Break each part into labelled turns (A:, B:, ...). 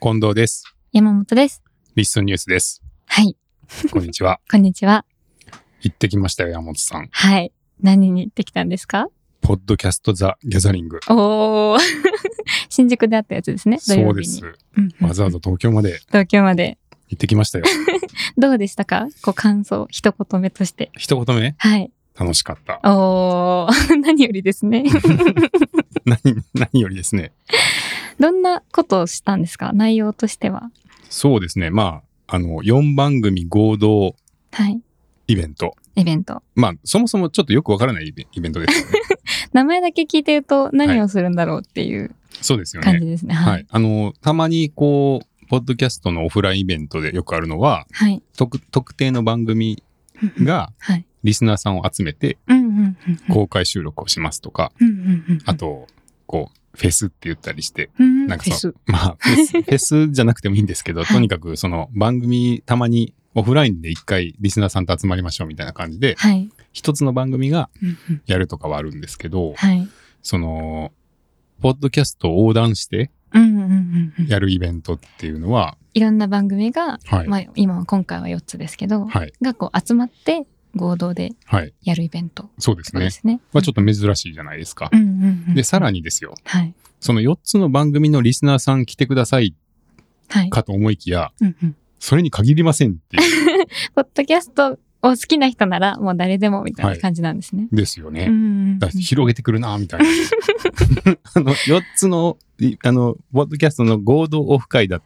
A: 近藤です。
B: 山本です。
A: リッスンニュースです。
B: はい。
A: こんにち は。
B: こんにちは。
A: 行ってきましたよ、山本さん。
B: はい。何に行ってきたんですか
A: ポッドキャストザ・ギャザリング。
B: おー。新宿であったやつですね。 土
A: そ
B: 曜
A: うで
B: 日に。
A: す。
B: うんうん
A: わざわざ東京まで
B: 東京まで。
A: 行ってきました よ。
B: どうでしたかご感想、一言目として。
A: 一言目、
B: はい。
A: 楽しかった。
B: おー。 何よりですね。
A: 何、何よりですね。
B: どんなことをしたんですか内容としては。
A: そうですね。まあ、あの、4番組合同
B: はい。
A: イベント。
B: イベント。
A: まあ、そもそもちょっとよくわからないイベイベントです よね。
B: 名前だけ聞いてると何をするんだろうっていう
A: そうですよ
B: 感じ
A: ね。
B: ですね。
A: は
B: はいい。。
A: あの、たまにこう、ポッドキャストのオフラインイベントでよくあるのは、
B: はい。
A: 特特定の番組が
B: はい。
A: リスナーさんを集めて
B: うんうんうんうん。
A: 公開収録をしますとか、
B: うんうんうん。
A: あと、こう、フェスって言ったりして、
B: うん、
A: なんかそ
B: フェス
A: まあ、フェス フェスじゃなくてもいいんですけど、
B: はい
A: とにかくその番組たまにオフラインで一回リスナーさんと集まりましょうみたいな感じで、
B: はい。
A: 一つの番組が
B: うんうん
A: やるとかはあるんですけど、
B: はい。
A: その、ポッドキャストを横断して
B: うんうんうんうん。
A: やるイベントっていうのは、
B: いろんな番組が、
A: はい、
B: まあ今は今回は4つですけど、
A: はい、
B: がこう集まって合同で
A: はい、
B: やるイベントって
A: そうです
B: こと
A: ね
B: で。すね。
A: まあ、ちょっと珍しいじゃないですか
B: う。んうんうん。
A: で、さら
B: に。
A: にですよ、
B: はい。
A: その4つの番組のリスナーさん来てください
B: はい。
A: かと思いきや、
B: うんうん。
A: それに限りませんっていう、
B: ポッドキャストを好きな人ならもう誰でもみたいな感じなんですね。
A: ですよね。
B: うんうんう
A: だ
B: ん。
A: 広げてくるなみ たいな。あの4つのいあのポッドキャストの合同オフ会だ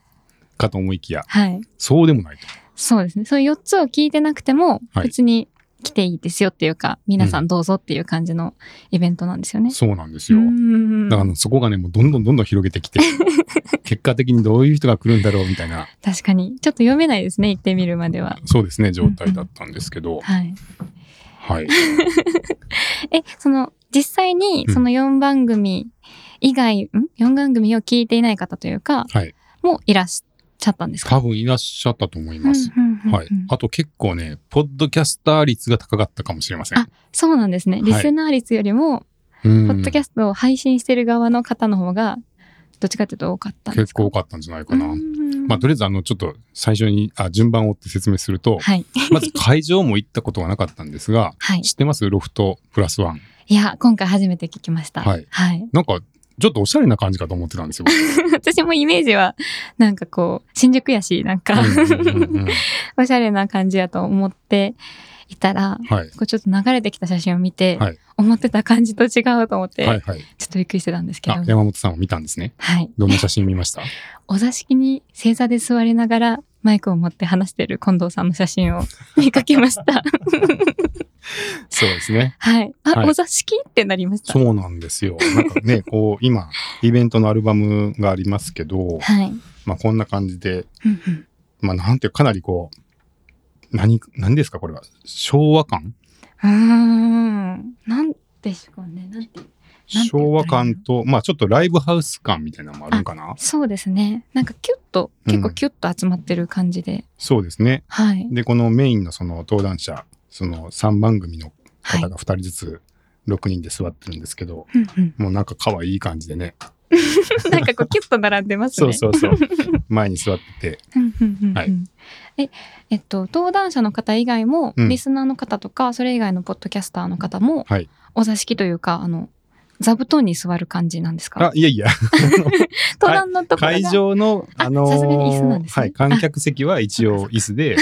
A: かと思いきや
B: はい。
A: そうでもないと。
B: そうですね。そういう4つを聞いてなくても、
A: はい
B: 別に来ていいですよっていうか、皆さんどうぞっていう感じのイベントなんですよね。
A: そうなんです
B: う
A: よ。
B: ん
A: だからあのそこがねもうどんどんどんどん広げてき て結果的にどういう人が来るんだろうみたいな
B: 確かに。ちょっと読めないですね。行ってみるまでは。
A: そうですね状態だったんですけど、
B: はい。
A: はい
B: え、その、実際に
A: うん
B: その4番組以外、ん ?4 番組を聞いていない方というか、
A: はい
B: もういらっしゃったんですか
A: 多分いらっしゃったと思います。
B: うんうんうんうん
A: はい、あと結構ねポッドキャスター率が高かったかもしれません。
B: あそうなんですね。
A: い
B: リスナー率よりも、
A: ポ
B: ポッドキャ
A: ス
B: ストを配信してる側の方の方が、どっちかというと多かったんです
A: 結
B: か
A: 構多かったんじゃないかな。
B: うん
A: まあ、とりあえずあのちょっと最初にあ順番を追って説明すると、
B: はい。
A: まず会場も行ったことがなかったんですが、
B: はい。
A: 知ってますロフトプラスワン。
B: いや、今回初めて聞きました。
A: はい
B: はい。
A: なんか、ちょっとおしゃれな感じかと思ってたんですよ。
B: 私もイメージは、なんかこう、新宿やし、なんか、
A: うんうんうんうん
B: おしゃれな感じやと思っていたら、
A: はい。
B: こうちょっと流れてきた写真を見て、
A: はい
B: 思ってた感じと違うと思って、
A: はいはい。
B: ちょっとびっくりしてたんですけど
A: あ、、山本さんを見たんですね。
B: はい。
A: どんな写真見ました
B: お座敷に正座で座りながらマイクを持って話してる近藤さんの写 真を見かけました。
A: そうですね。
B: はい。あ、
A: はい
B: お座敷ってなりまし た。
A: そうなんですよ。なんかね、こう、今、イベントのアルバムがありますけど、
B: はい。
A: まあ、こんな感じで、
B: うんうん
A: まあ、なんていうか、かなりこう、何、何ですか、これは。昭和感
B: うーん。なんでしょうね。なんて言ったらいいの
A: 昭和感と、まあ、ちょっとライブハウス感みたいなのもあるんかな
B: そうですね。なんかキュッと、結構キュッと集まってる感じで。
A: そうですね。
B: はい。
A: でこのメインのその登壇者その3番組の
B: はい
A: 方。が2人ずつ6人で座ってるんですけど、
B: うんうん
A: もうなんか可愛い感じでね
B: なんかこうキュッと並んでますね。
A: そうそうそう前に座ってて
B: うんうんうんうん
A: はい
B: え、えっと、登壇者の方以外も、
A: うん
B: リスナーの方とか、それ以外のポッドキャスターの方も、
A: はい
B: お座敷というか、あの、座布団に座る感じなんですか
A: あいやいや
B: 登壇のところが
A: 会場の
B: あ
A: あのー
B: さすがに椅子なんですね
A: はい、観客席は一応椅子 で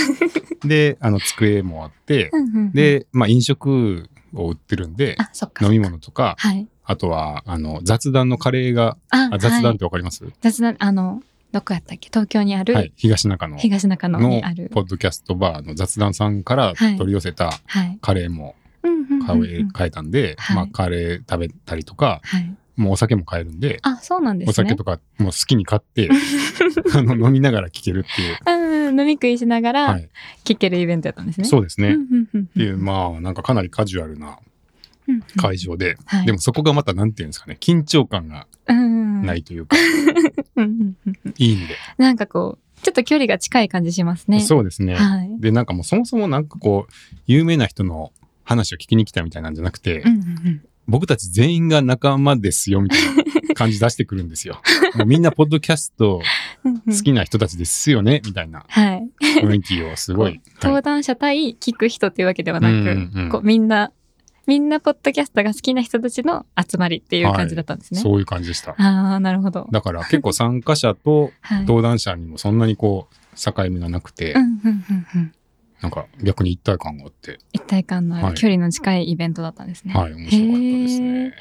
A: であの机もあって
B: うんうんうん、
A: で、まあ、飲食を売ってるんで
B: あ、そっか。
A: 飲み物とか
B: はい。
A: あとはあの雑談のカレーが
B: あ
A: あ雑
B: は
A: 談っ
B: い
A: てわかります、は
B: 雑談、あの、どこやったっけ東京にあ
A: い
B: る、
A: 東中の
B: 東中野
A: の
B: にある。
A: ポッドキャストバーの雑談さんから
B: はい
A: 取り寄せた
B: はい。
A: カレーも
B: うんうんうんうん
A: 買え買えたんで、
B: はい
A: まあ、カレー食べたりとか、
B: はい。
A: もうお酒も買えるんで、
B: あ、そうなんですね。
A: お酒とかもう好きに買 って、あの飲みながら聞けるっていう。
B: うんうん飲み食いしなが
A: は
B: ら
A: い、
B: 聞けるイベントだったんですね。
A: そうですね。っ
B: うんうんうんうん。って
A: いう、まあ、なんかかなりカジュアルな会場で、
B: はい
A: でもそこがまた、なんていうんですかね、緊張感が
B: な
A: ないというか、
B: うんうんうんうん
A: いいんで。
B: なんかこう、ちょっと距離が近い感じしますね。
A: そうですね。
B: はい。うん
A: で、なんかもうそもそもなんかこう、有名な人の話を聞きに来たみたいなんじゃなくて、
B: うんうん
A: 僕たち 全員が仲間ですよみたいな感じ出してくるんですよ。もうみんなポッドキャスト好きな人たちですよね、みたいな
B: はい。
A: 雰囲気をすご い。は
B: 登
A: い
B: 壇者対聞く人っていうわけではなく、
A: うんうんうん
B: こうみんな、みんなポッドキャストが好きな人たちの集まりっていう感じだったんですね。
A: そういう感じでした。
B: ああ、なるほど。
A: だから結構参加者と
B: はい。
A: 登壇者にもそんなにこう境目がなくて
B: うん、うんうんうん。
A: なんか逆に一体感があって、
B: 一体感のあ
A: は
B: る
A: い
B: 距離の近いイベントだったんですね。
A: はい、面白かったです
B: へー
A: ね。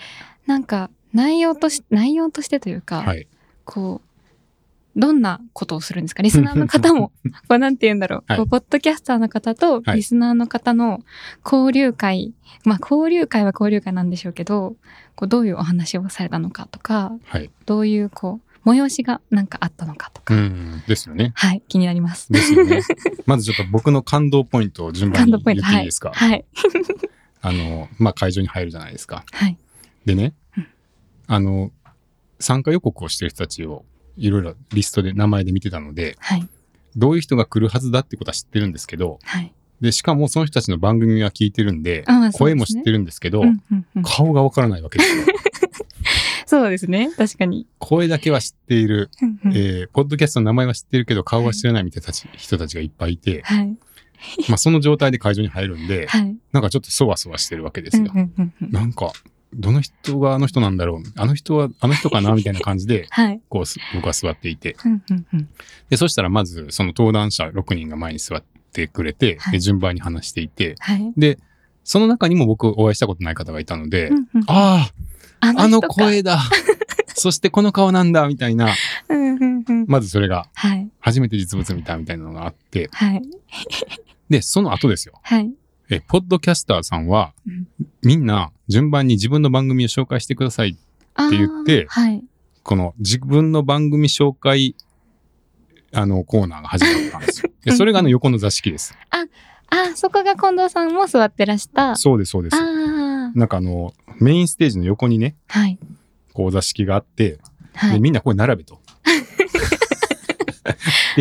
B: なんか内容とし内容としてというか、
A: はい。
B: こうどんなことをするんですかリスナーの 方もこうなんて言うんだろう、
A: はい
B: こうポッドキャスターの方と
A: はい
B: リスナーの方の交流会、まあ交流会は交流会なんでしょうけどこうどういうお話をされたのかとか
A: はい。
B: どういうこう催しがなんかあったのかと
A: う
B: か、
A: ん、ですよね。
B: はい気になります。
A: ですよ ね。まずちょっと僕の感動ポイントを順番
B: 感
A: に
B: 動
A: 言っ
B: ポ
A: て
B: イン
A: い
B: トはい
A: いですか。
B: はい
A: あの、まあ、会場に入るじゃないですか。
B: はい
A: でね
B: うん、
A: あの、参加予告をしてる人たちをいろいろリストで名前で見てたので、
B: はい
A: どういう人が来るはずだってことは知ってるんですけど、
B: はい。
A: で、しかもその人たちの番組は聞いてるんで、
B: あ
A: 声も知ってるんですけど、
B: うんうんうん
A: 顔がわからないわけですよ。
B: そうですね確かに。
A: 声だけは知っている、
B: うんうん
A: えー、ポッドキャストの名前は知ってるけど、顔は知らないみたいなたち人たちがいっぱいいて、
B: はい
A: まあその状態で会場に入るんで、
B: はい。
A: なんかちょっとそわそわしてるわけですよ
B: う。んうんうんうん
A: なんか、どの人があの人なんだろうあの人はあの人かなみたいな感じで、
B: はい。
A: こうす、僕は座っていて。
B: うんうんうん
A: で、そしたらまず、その登壇者6人が前に座ってくれて、
B: はい
A: で、順番に話していて、
B: はい。
A: で、その中にも僕お会いしたことない方がいたので、
B: うんうん
A: あ
B: あ
A: あ、あの
B: 人か
A: 声だ そしてこの顔なんだみたいな、
B: うんうんうん
A: まずそれが
B: はい。
A: 初めて実物見たみたいなのがあって、
B: はい。
A: で、その後ですよ。
B: はい。
A: え、ポッドキャスターさんは
B: うん、
A: みんな順番に自分の番組を紹介してください
B: っ
A: って言って
B: はい。
A: この自分の番組紹介、あの、コーナーが始まったん ですよ。でそれがあの横の座敷です。
B: ああ、そこが近藤さんも座ってらした。あ
A: そうです、そうです。
B: あー。
A: なんかあの、メインステージの横にね、
B: はい。
A: こう座敷があって、
B: は
A: で
B: い。
A: みんなこれ並べ と。で、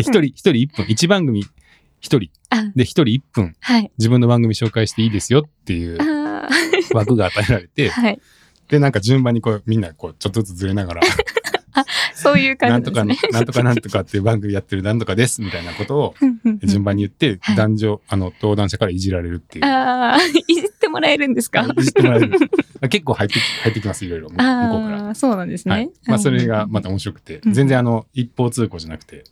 A: 一人、一人1分、一番組一人、
B: あ
A: で、一人1分、
B: はい。
A: 自分の番組紹介していいですよっていう
B: あ
A: 枠が与えられ
B: あ。
A: て、
B: はい。
A: で、なんか順番にこう、みんなこう、ちょっとずつずれ ながら、
B: そういう
A: なん
B: 感じ
A: と
B: で
A: か、
B: すね。
A: なんとかなんとかっていう番組やってるなんとかです、みたいなことを、
B: うんうんうん
A: 順番に言って、
B: はい
A: 男女、あの、登壇者からいじられるっていう。
B: ああ、いじってもらえるんですか
A: いじってもらえ る。結構入ってき、入ってきます、いろいろ、向こうから。
B: ああ、そうなんです
A: は
B: ね
A: い。。まあ、それがまた
B: うんうん
A: 面白くて、
B: うん
A: 全然あの、一方通行じゃなくて、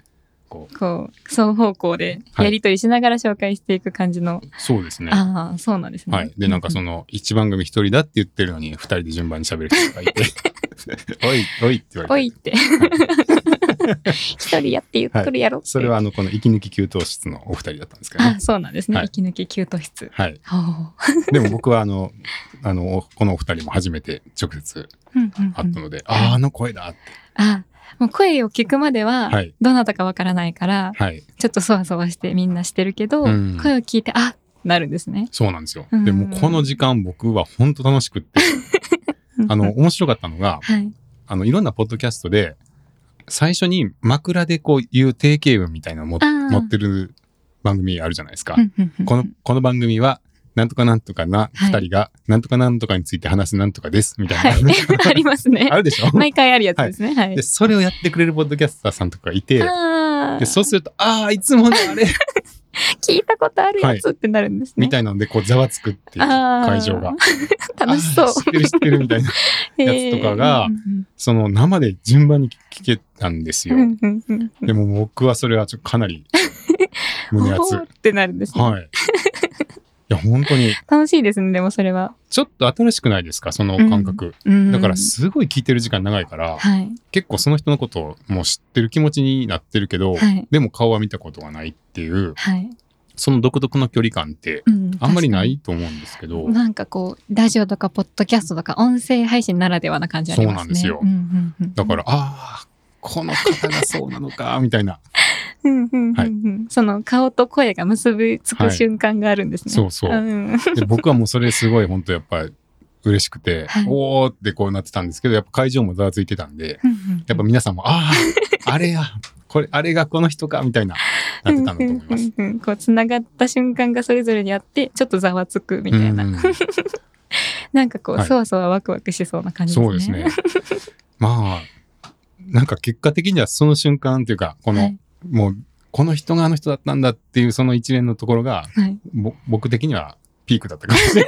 A: こう、
B: こう、双方向で
A: はい
B: やりとりしながら紹介していく感じの。
A: そうですね。
B: ああ、そうなんですね。
A: はい。で、なんかそ
B: の。
A: の、一番組一人だって言ってるのに、二人で順番に喋る人がい て、おい、おいって言わ
B: お
A: れ
B: い
A: て。
B: って。一人やって言っとるやろって。
A: それはあの、この息抜き給湯室のお二人だったんですけど
B: あ
A: ね。
B: そうなんですね。
A: はい
B: 息抜き給湯室。
A: はい。
B: ほう
A: でも僕はあの、あの、おこのお二人も初めて直接
B: うんうんう
A: 会った
B: ん
A: ので、ああ、あの声だって。
B: あ、もう声を聞くまでは
A: はい、
B: どなたかわからないから、
A: はい。
B: ちょっとそわそわしてみんなしてるけど、
A: うん
B: 声を聞いて、あなるんですね。
A: そうなんですよ。
B: うん
A: でもうこの時間僕は本当楽しくって、あの、、面白かったのが、
B: はい。
A: あの、いろんなポッドキャストで、最初に枕でこういう定型文みたいなのをも
B: あー
A: 持ってる番組あるじゃないですか。
B: うんうんうん
A: この、この番組は、なんとかなんとかな、
B: は
A: 二、
B: い
A: 人が、なんとかなんとかについて話すなんとかです、みた
B: はい
A: な。。
B: い。 ありますね
A: あるでしょ、
B: 毎回あるやつですね。はい
A: で、。それをやってくれるポッドキャスターさんとかがいて、
B: あ
A: で
B: あ、
A: そうすると、ああ、いつもの あれ
B: 聞いたことあるやつってなるんですね。
A: みたいなので、こう、ざわつくっていう
B: あー
A: 会場が。
B: 楽しそう
A: あー。知ってる知ってるみたいな。 やつとかがその生で順番に聞けたんです
B: へー、
A: よ。
B: うんうんうんうん
A: でも僕はそれはちょっとかなり 胸熱。
B: ほ
A: は
B: うってなるんですね。
A: い。いや、本当に、
B: 楽しいですね、でもそれは。
A: ちょっと新しくないですか、その感覚。
B: だ
A: だから、すごい聞いてる時間長いから、
B: はい。
A: 結構その人のことをもう知ってる気持ちになってるけど、
B: はい。
A: でも顔は見たことがないっていう、
B: はい。
A: その独特の距離感って、
B: うん
A: あんまりな
B: 確かに
A: いと思うんですけど、
B: なんかこうラジオとかポッドキャストとか音声配信ならではな感じありますね。
A: そうなんですよ
B: うんうんうん
A: だか、ら、ああ、この方がそうなの か、みたいな。
B: うんうんうんうん
A: はい
B: その顔と声が結びつ
A: は
B: く
A: い
B: 瞬間があるんですね。
A: そうそう
B: うん
A: で僕はもうそれすごい本当やっぱ嬉しくて、
B: はい
A: おーってこうなってたんですけどやっぱ会場もざわついてたんでやっぱ
B: うん
A: 皆さんもあああれやこれあれがこの人かみたいななってたんだと思います。
B: うんうんうんこうつながった瞬間がそれぞれにあってちょっとざわつくみたいな、
A: うん
B: なんかこう、
A: はい
B: そわそわワクワクしそうな感じですね。
A: そうですね。まあなんか結果的にはその瞬間っていうか、この、
B: はい
A: もう、この人があの人だったんだっていうその一連のところが、
B: はい、
A: ぼ僕的にはピークだったかもし れない。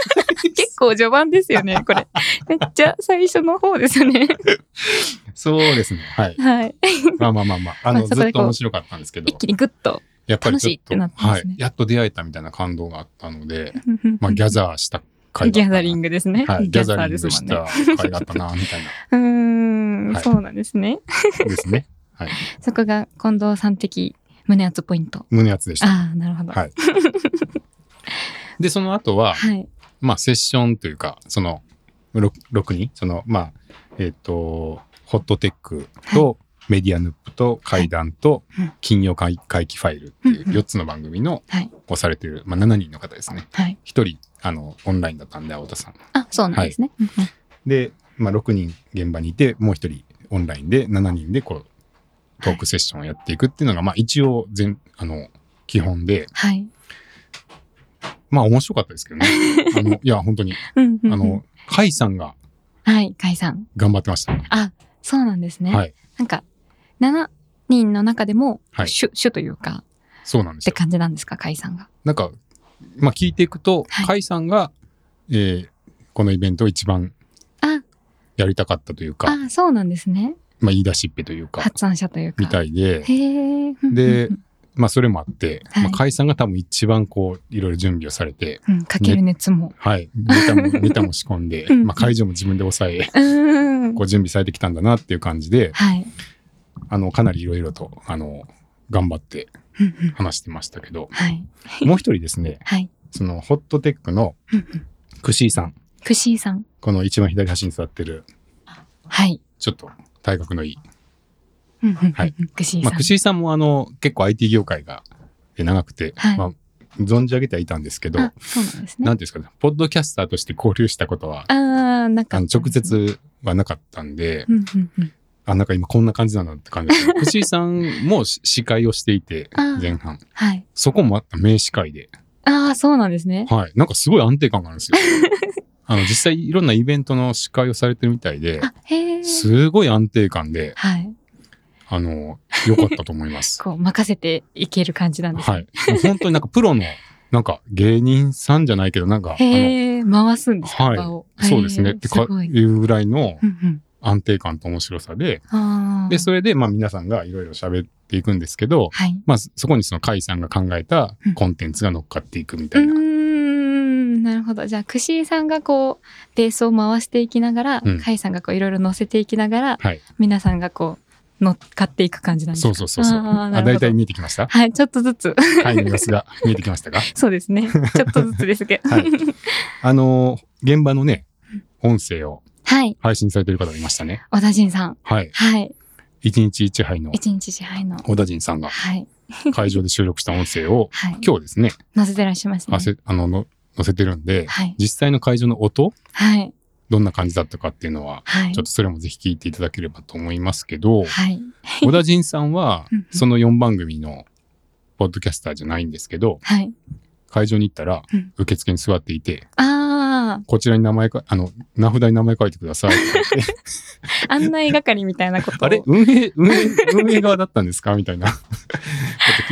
B: 結構序盤です よね、これ。めっちゃ最初の方ですね。
A: そうですね。はい。
B: はい。
A: まあまあまあま あ、あ
B: ま
A: の、
B: あ
A: ず
B: そこ
A: っ
B: で
A: と
B: こう
A: 面白かったんですけど
B: 一、気にグッと。
A: やっぱりちょっ
B: 楽しいっ
A: と、
B: てなったん
A: は
B: で
A: い
B: すね。
A: やっと出会えたみたいな感動があったので、 まあ、ギャザーした
B: ギ
A: 回だったな
B: ャザリングですね。
A: はい、ギャザ
B: ー
A: リングし
B: ね
A: た。回だったな、みたいう
B: ーん、
A: はい
B: そうなんですね。
A: な、ですね。はい。
B: そこが近藤さん的胸熱ポイント。
A: 胸熱でした。
B: ああ、なるほど。
A: はいで、その後は、
B: はい。
A: まあ、セッションというか、その、ろ6人、その、まあ、えっ、と、ホットテックと、メディアヌップと怪談と
B: うん
A: 金曜会会期ファイルっていう
B: うんうん
A: 4つの番組の
B: はい。
A: をされてる、まあ、7人の方ですね
B: はい。
A: 1人あのオンラインだったんで青田さん
B: あ、そうなんですね。うんうん
A: で、まあ、6人現場にいてもう1人オンラインで7人でこうトークセッションをやっていくっていうのが、まあ一応全あの基本で
B: はい。
A: まあ面白かったですけど ねあのいや本当に
B: うんう
A: あ
B: んうん
A: の甲斐さんが
B: はい、解散。
A: 頑張ってました、
B: あ、そうなんですね。
A: はい
B: なんか、7人の中でも、
A: はい
B: 主、主というか、
A: そうなんで
B: っ
A: す
B: て
A: よ
B: 感じなんですか、解散が。
A: なんか、まあ、聞いていくと
B: はい
A: 甲斐さんが、えーこのイベントを一番
B: あ
A: やりたかったというか
B: あ、そうなんですね。
A: まあ、言い出しっぺというか
B: 発案者というか。
A: みたいで
B: へえ。
A: で
B: うんうん
A: まあそれもあって、
B: はい
A: まあ、甲斐さんが多分一番こういろいろ準備をされて
B: うん、うんかける熱も。
A: はい。ネ タも、ネタも仕込んで、
B: うん
A: まあ会場も自分で抑え、
B: うーん
A: こ。う準備されてきたんだなっていう感じで、
B: はい。
A: あの、かなりいろいろと、あの、頑張って
B: うんうん
A: 話してましたけど、
B: はい。
A: もう一人ですね、
B: はい。
A: その、ホットテックの
B: うんうん
A: クシーさん、
B: クシーさん。
A: この一番左端に座ってる、
B: はい。
A: ちょっと体格のいい。
B: うんうんうんうん
A: はい
B: クシーさ
A: ま
B: ん。
A: あ、クシーさんもあの、結構 IT 業界がえ長くて、
B: はい
A: まあ、存じ上げてはいたんですけど、
B: あ、そうなんです
A: なんてい
B: ね。
A: うんですかね、ポッドキャスターとして交流したことは、
B: ああ、なんか。
A: あの直。接はなかったんで、
B: うんうんうん。
A: あ、なんか今こんな感じなんだって感じ です。藤井さんもし司会をしていて
B: あー、
A: 前半。
B: はい。
A: そこもあった名司会で。
B: ああ、そうなんですね。
A: はい。なんかすごい安定感があるんです よ。あの、実際いろんなイベントの司会をされてるみたいで、
B: あ、へえ。
A: すごい安定感で、
B: はい。
A: あの、良かったと思いま す。
B: こう、任せていける感じなんです
A: は
B: ね。
A: い。もう本当になんかプロの、なんか芸人さんじゃないけど、なんか、あの、
B: へえ、回すんですか、
A: はい
B: 場を。
A: そうですね。
B: へ
A: っ
B: ー
A: て
B: す
A: か
B: ご
A: い
B: い。
A: うぐらいの
B: うんうん。
A: 安定感と面白さで、
B: ああ。
A: で、それで、まあ皆さんがいろいろ喋っていくんですけど、
B: はい。
A: まあ、そそこにその甲斐さんが考えた
B: うん
A: コンテンツが乗っかっていくみ
B: う
A: た
B: ー
A: いな。
B: んなるほどじゃあ串井さんがこうベースを回していきながら
A: うん
B: 甲斐さんがこういろいろ乗せていきながら
A: はい。
B: 皆さんがこう乗っかっていく感じなんです
A: そ
B: か
A: うそうそうそう。
B: あーな
A: あ、大
B: るほど
A: 体見えてきました
B: はいちょっとずつ
A: 甲斐の様子が見えてきましたか
B: そうです ねちょっとずつですけど
A: は
B: はいい、
A: あのー現場のね、音声を
B: はい、
A: 配信されてる方がいましたね。
B: 小田陣さん
A: はい。
B: はい
A: 一日一杯の
B: 一日支配の
A: 小田陣さんが
B: はい
A: 会場で収録した音声を
B: はい
A: 今日ですね、
B: 乗せてらっしゃいますね
A: あせあのの、載せてるんで、
B: はい
A: 実際の会場の音、
B: はい
A: どんな感じだったかっていうのは、
B: はい
A: ちょっとそれもぜひ聞いていただければと思いますけど、
B: はい
A: 小田陣さんは
B: うんうん、
A: その4番組のポッドキャスターじゃないんですけど、
B: はい
A: 会場に行ったら
B: うん、
A: 受付に座っていて、
B: あ
A: こちらに名前か、あの、名札に名前書いてくださいって言って
B: あ案内係みたいなことを
A: あれ運営、運営、運営側だったんですかみたいなこと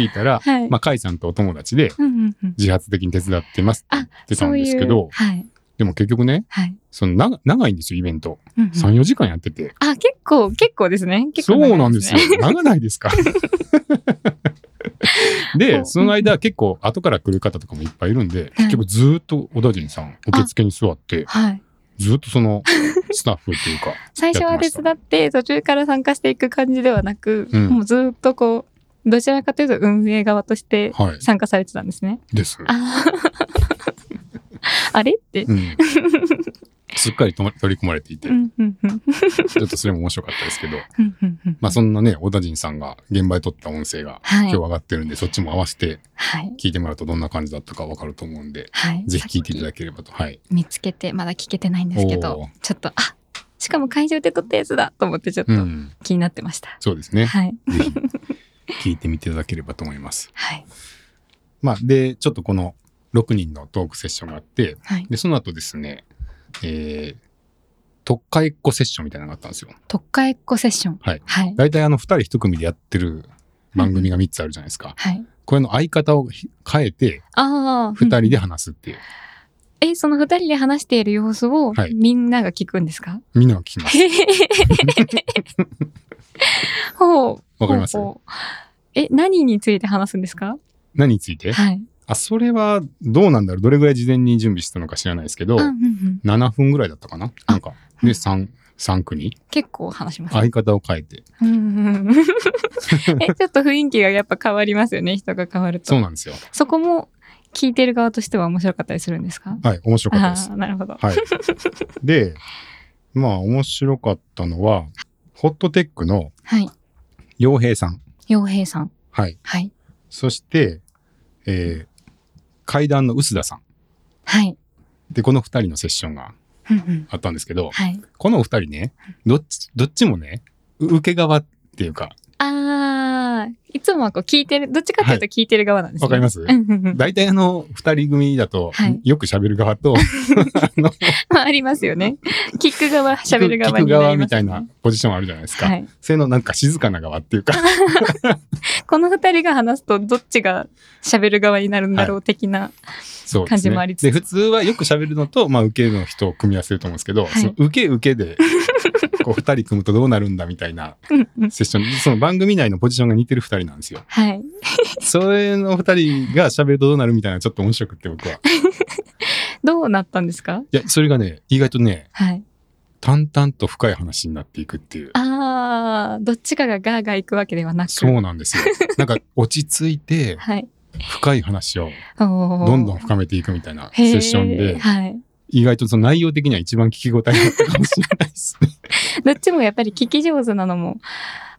A: 聞いたら、
B: はい、
A: まあ、甲斐さんとお友達で
B: うんうんうん
A: 自発的に手伝ってますって言ってたんですけ
B: そういう
A: ど、
B: はい
A: でも結局ね、
B: はい、
A: その長長いんですよ、イベント。
B: うんうん
A: 3、4時間やってて。
B: あ、結構、結構ですね。結
A: そ
B: 構長いね
A: うなんですよ。。長ない ですか。
B: そ
A: で、
B: う
A: その間結構後から来る方とかもいっぱいいるんで、結局ずーっと小田陣さん受付に座って、
B: はい。
A: ずーっとそのスタッフというか、
B: 最初は手伝って、途中から参加していく感じではなく、
A: うん
B: もうずっとこう、どちらかというと運営側として
A: は
B: 参加されてたんですね。
A: い、です。
B: あー あれって。
A: うん。すっかりとま取り込まれていて
B: う、んうんうん
A: ちょっとそれも面白かったですけど、
B: うんうんうん
A: まあそんなね、小田陣さんが現場で撮った音声が
B: は
A: 今
B: い
A: 日。上がってるんで、そっちも合わせて
B: はい。
A: 聞いてもらうとどんな感じだったかわかると思うんで、
B: はい。
A: ぜひ聞いていた
B: さっ
A: だければと。はい。
B: き見つけて、まだ聞けてないんですけ
A: お
B: ど
A: ー、
B: ちょっと、あしかも会場で撮ったやつだと思ってちょっと
A: うん。
B: 気になってました。
A: そうですね。
B: はい。
A: ぜひ聞いてみていただければと思います。
B: はい。
A: まあ、で、ちょっとこの6人のトークセッションがあって、
B: はい。
A: で、その後ですね、えー特会っ子セッションみたいなのがあったんですよ。
B: 特化エッコセッション。
A: はい。
B: はい。
A: 大体あの二人一組でやってる番組が3つあるじゃないですか。
B: はい。
A: これの相方をひ変えて
B: ああ。
A: 二人
B: で。
A: で話すっていう。
B: え、その二人で話している様子を
A: はい
B: みんなが聞くんで すか、
A: みんなが聞きます。
B: ほう。
A: わかります
B: ほうほうえ、何について話すんですか
A: 何について
B: はい。
A: あ、それはどうなんだろうどれぐらい事前に準備してたのか知らないですけど
B: あ、うんうん
A: 7分ぐらいだったかななんか。
B: う
A: で、
B: ん
A: 3、三組。
B: 結構話します。
A: 相方を変えて。
B: うんうん え、ちょっと雰囲気がやっぱ変わりますよね。人が変わると。
A: そうなんですよ。
B: そこも聞いてる側としては面白かったりするんですか
A: はい、面白かった
B: あ
A: です
B: あ、。なるほど。
A: はい。で、まあ面白かったのは、ホットテックの
B: はい。
A: 洋平さん。
B: 洋平さん。
A: はい。
B: はい。
A: そして、えー、階段の臼田さん。
B: はい。
A: で、この二人のセッションが
B: うんうん。
A: あったんですけど、
B: はい。
A: このお二人ね、どっち、どっちもね、う受け側っていうか、
B: ああ、いつもはこう聞いてる、どっちかっていうと聞いてる側なんですね。
A: わかります
B: うんうん うん。
A: 大体あの、二人組だと、
B: はい
A: よく喋る側と、
B: まあありますよね。聞く側、 喋る側
A: 聞く
B: にな
A: 側
B: り
A: み
B: ますね
A: たいなポジションあるじゃないですか。
B: はい。
A: それのなんか静かな側っていうか、
B: この二人が話すと、どっちが喋る側になるんだろう的な。
A: そうで
B: 感
A: す
B: じ
A: ね。
B: もありつつ
A: で、普通はよく喋るのと、まあ、受けの人を組み合わせると思うんですけど、
B: はい
A: その受け受けで、こう、二人組むとどうなるんだみたいな
B: うんうん
A: セッション、その番組内のポジションが似てる二人なんですよ。
B: はい。
A: それの二人が喋るとどうなるみたいな、ちょっと面白くって、僕は。い
B: どうなったんですか
A: や、それがね、意外とね、
B: はい。
A: 淡々と深い話になっていくっていう。
B: ああ、どっちかがガーガー行くわけではなく。
A: そうなんですよ。なんか落ち着いて
B: はい。
A: 深い話を
B: ど
A: どんどん深めていくみたいなセッションで、
B: はい。
A: 意外とその内容的には一番聞き応えがあったかもしれない ですね。
B: どっちもやっぱり聞き上手なのも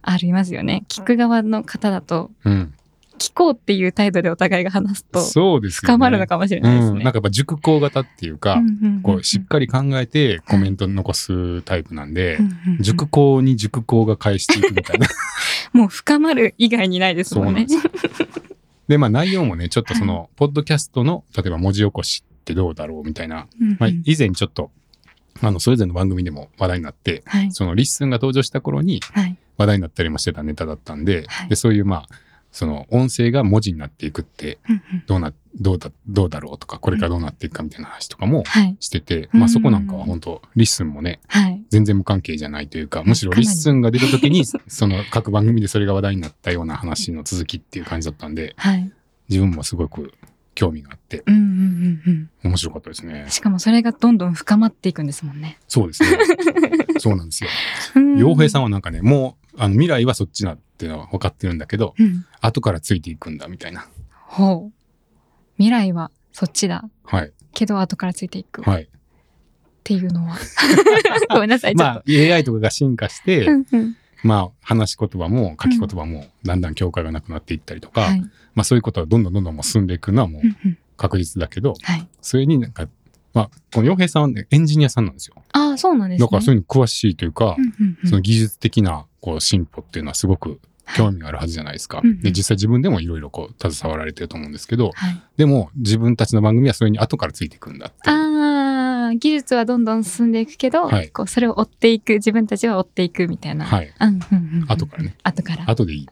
B: ありますよね。聞く側の方だと、
A: うん。
B: 聞こうっていう態度でお互いが話すと、
A: そうですよね。
B: 深まるのかもしれないです
A: うん。
B: ね。
A: なんかやっぱ熟考型っていうか、こうしっかり考えてコメント残すタイプなんで、熟考に熟考が返していくみたいな。
B: もう深まる以外にないです
A: そう
B: も
A: なんん
B: ね
A: で。すよ。で、まあ内容もね、ちょっとその、ポッドキャストの、例えば文字起こしってどうだろうみたいな、
B: うんうん
A: まあ以前ちょっと、あの、それぞれの番組でも話題になって、
B: はい。
A: そのリッスンが登場した頃に
B: はい。
A: 話題になったりもしてたネタだったんで、
B: はい
A: でそういうまあその音声が文字になっていくって
B: うんうん
A: どうなどうだどうだろうとかこれからどうなっていくかみたいな話とかも
B: はい。
A: してて、
B: うん
A: まあそこなんかは本当リッスンもね
B: はい。
A: 全然無関係じゃないというかむしろ
B: かな
A: リッ
B: り
A: スンが出た時に その各番組でそれが話題になったような話の続きっていう感じだったんで
B: はい。
A: 自分もすごく興味があって
B: うんうんうん
A: 面白かったです
B: う
A: ね
B: ん。。しかもそれがどんどん深まっていくんですもんね。
A: そうです ね。そうなんですよ。
B: 洋
A: 洋平さん
B: ん。
A: はなんかねもうあの未来はそっちだっていうのは分かってるんだけど
B: うん。
A: 後からついていくんだみたいな。
B: ほう。未来はそっちだ。
A: はい。
B: けど後からついていく。
A: はい。
B: ってい うのは。ごめんなさい、ちょ
A: ま
B: っ
A: あ、AI とかが進化して
B: と。、うんうん
A: まあ、話し言葉も書き言葉もだんだん境界がなくなっていったりとか、
B: はい
A: まあそういうことはどんどんどんどんもう進んでいくのはもう
B: うんうん
A: 確実だけど、
B: はい。
A: それになんか、まあ、この洋平さんはね、エンジニアさんなんですよ。
B: ああ、そうなんですね。
A: だからそういうの詳しいというか、
B: うんうんうん
A: その技術的なこう進歩っていうのはすごく興味があるはずじゃないですか。
B: いうんうん
A: で、実際自分でもいろいろこう携わられてると思うんですけど、
B: はい、
A: でも自分たちの番組はそれに後からついていくんだっていう。
B: ああ技術はどんどん進んでいくけど、
A: はい
B: こうそれを追っていく自分たちは追っていくみたいな、
A: はい。
B: うんうんうんうん
A: 後からね。
B: 後から
A: 後でいい。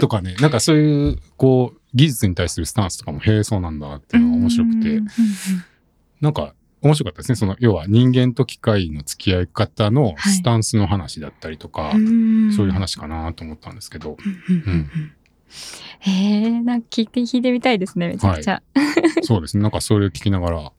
A: とかね、なん かそういう、こう、技術に対するスタンスとかも、へえ、そうなんだっていうのが面白く
B: うんうんう
A: て
B: ん、
A: なんか面白かったですね。その、要は人間と機械の付き合い方の
B: はい
A: スタンスの話だったりとか、
B: うん
A: そういう話かなと思ったんですけど、
B: うんうんうんへえなんか聞いて聞いてみたいですねめちゃくちゃ、
A: そうですね。なんかそれを聞きながら、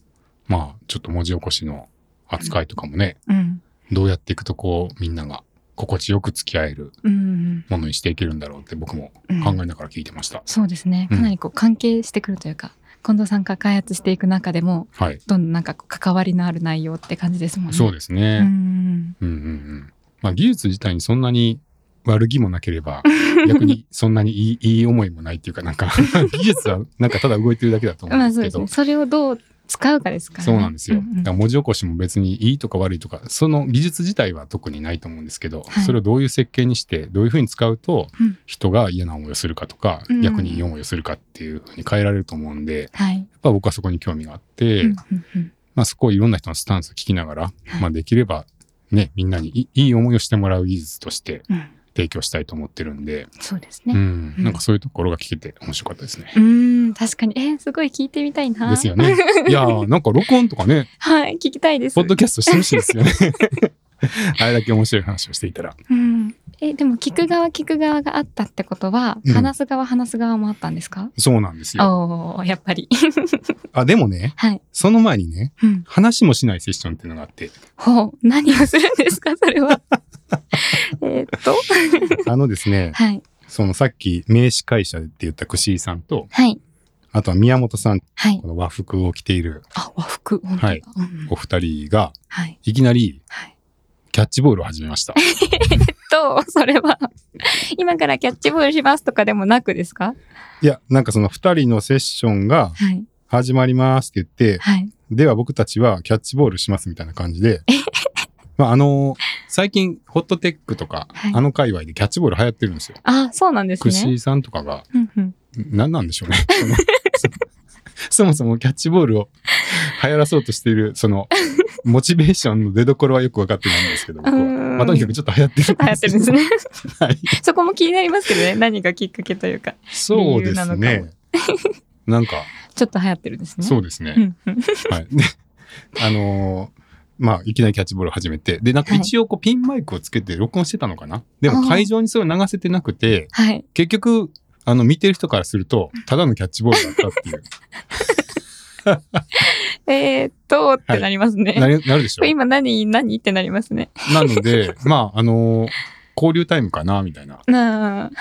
A: まあ、ちょっと文字起こしの扱いとかもね、
B: うん
A: どうやっていくとこう、みんなが心地よく付き合える
B: うん
A: ものにしていけるんだろうって僕も
B: うん、
A: 考えながら聞いてました。
B: そうですねかなりこう関係してくるというか、近藤さんが開発していく中でも
A: はい。
B: どんどんなんかこう関わりのある内容って感じですもんね
A: そうですね。
B: うん
A: うんうんうん。まあ技術自体にそんなに悪気もなけれ ば、逆にそんなにいいいい思いもないっていうか、なんか 技術はなんかただ動いてるだけだと思うん
B: ま
A: で
B: あ
A: す
B: そう
A: け
B: です
A: ど、
B: ねそれをどう使うかですからね
A: そうなんですよ。
B: う
A: だ
B: んう
A: か
B: ん
A: ら文字起こしも別にいいとか悪いとか、その技術自体は特にないと思うんですけど、
B: はい
A: それをどういう設計にして、どういうふうに使うと
B: うん
A: 人が嫌な思いをするかとか、
B: うん
A: 逆にいい思いをするかっていうふうに変えられると思うんで、
B: はい、
A: やっぱ僕はそこに興味があって、
B: うんうんうん
A: まあそこをいろんな人のスタンスを聞きながら、
B: はい
A: まあできればね、みんなにいいい思いをしてもらう技術として
B: うん、
A: 提供したいと思ってるんで、
B: そうですね。
A: うん、
B: うん
A: なんかそういうところが聞けて面白かったですね。
B: うーん、確かに。えー、すごい聞いてみたいな。
A: ですよね。いやーなんか録音とかね、
B: はい、聞きたいです
A: ポッ。ドキャストしてほしいですよね。 あれだけ面白い話をしていたら。
B: うん。え、でも聞く側聞く側があったってことは、
A: うん
B: 話す側話す側もあったんですか
A: そうなんですよ。
B: おー、やっぱり。
A: あ、でもね、
B: はい。
A: その前にね、
B: うん。
A: 話もしないセッションっていうのがあ って、
B: ほう、何をするんです か、それは。えーっと。
A: あのですね、
B: はい。
A: そのさっき名詞会社って言った串井さんと、
B: はい。
A: あとは宮本さん、
B: はい
A: こ。の和服を着ている
B: あ、和服、本当だ。
A: はい
B: うん
A: お二人が、
B: はい。
A: いきなり
B: はい。
A: キャッチボールを始めました。
B: と、それは、今からキャッチボールしますとかでもなくですか
A: いや、なんかその二人のセッションが
B: はい。
A: 始まりますって言って、
B: はい。
A: では僕たちはキャッチボールしますみたいな感じ で、まああの最近ホットテックとか、
B: はい
A: あの界隈でキャッチボール流行ってるんですよ。
B: あ、そうなんです
A: 串
B: ね。
A: 井さんとかが、
B: うんうん。
A: 何なんでしょうね。その そもそもキャッチボールを流行らそうとしている、その、モチベーションの出所はよく分かってないんですけど、僕は。
B: うーん
A: まあ、とにかくちょっと流行ってる。
B: 流行ってるんです。ね。
A: はい。
B: そこも気になりますけどね。何がきっかけというか。
A: そうで
B: 理由な
A: す
B: のか
A: ね。なんか、
B: ちょっと流行ってるんですね。
A: そうですね。
B: うんうん
A: はい。で、あのーまあ、いきなりキャッチボールを始めて、で、なんか
B: はい
A: 一応こうピンマイクをつけて録音してたのかなでも
B: あー
A: 会場にそれを流せてなくて、
B: はい。
A: 結局、あの、見てる人からすると、ただのキャッチボールだったってい う、
B: えー、っと、ってなりますね。
A: なるなるでしょ
B: これ今何、何ってなりますね。
A: なので、まあ、あのー交流タイムかな、みたいな。
B: なあ。こ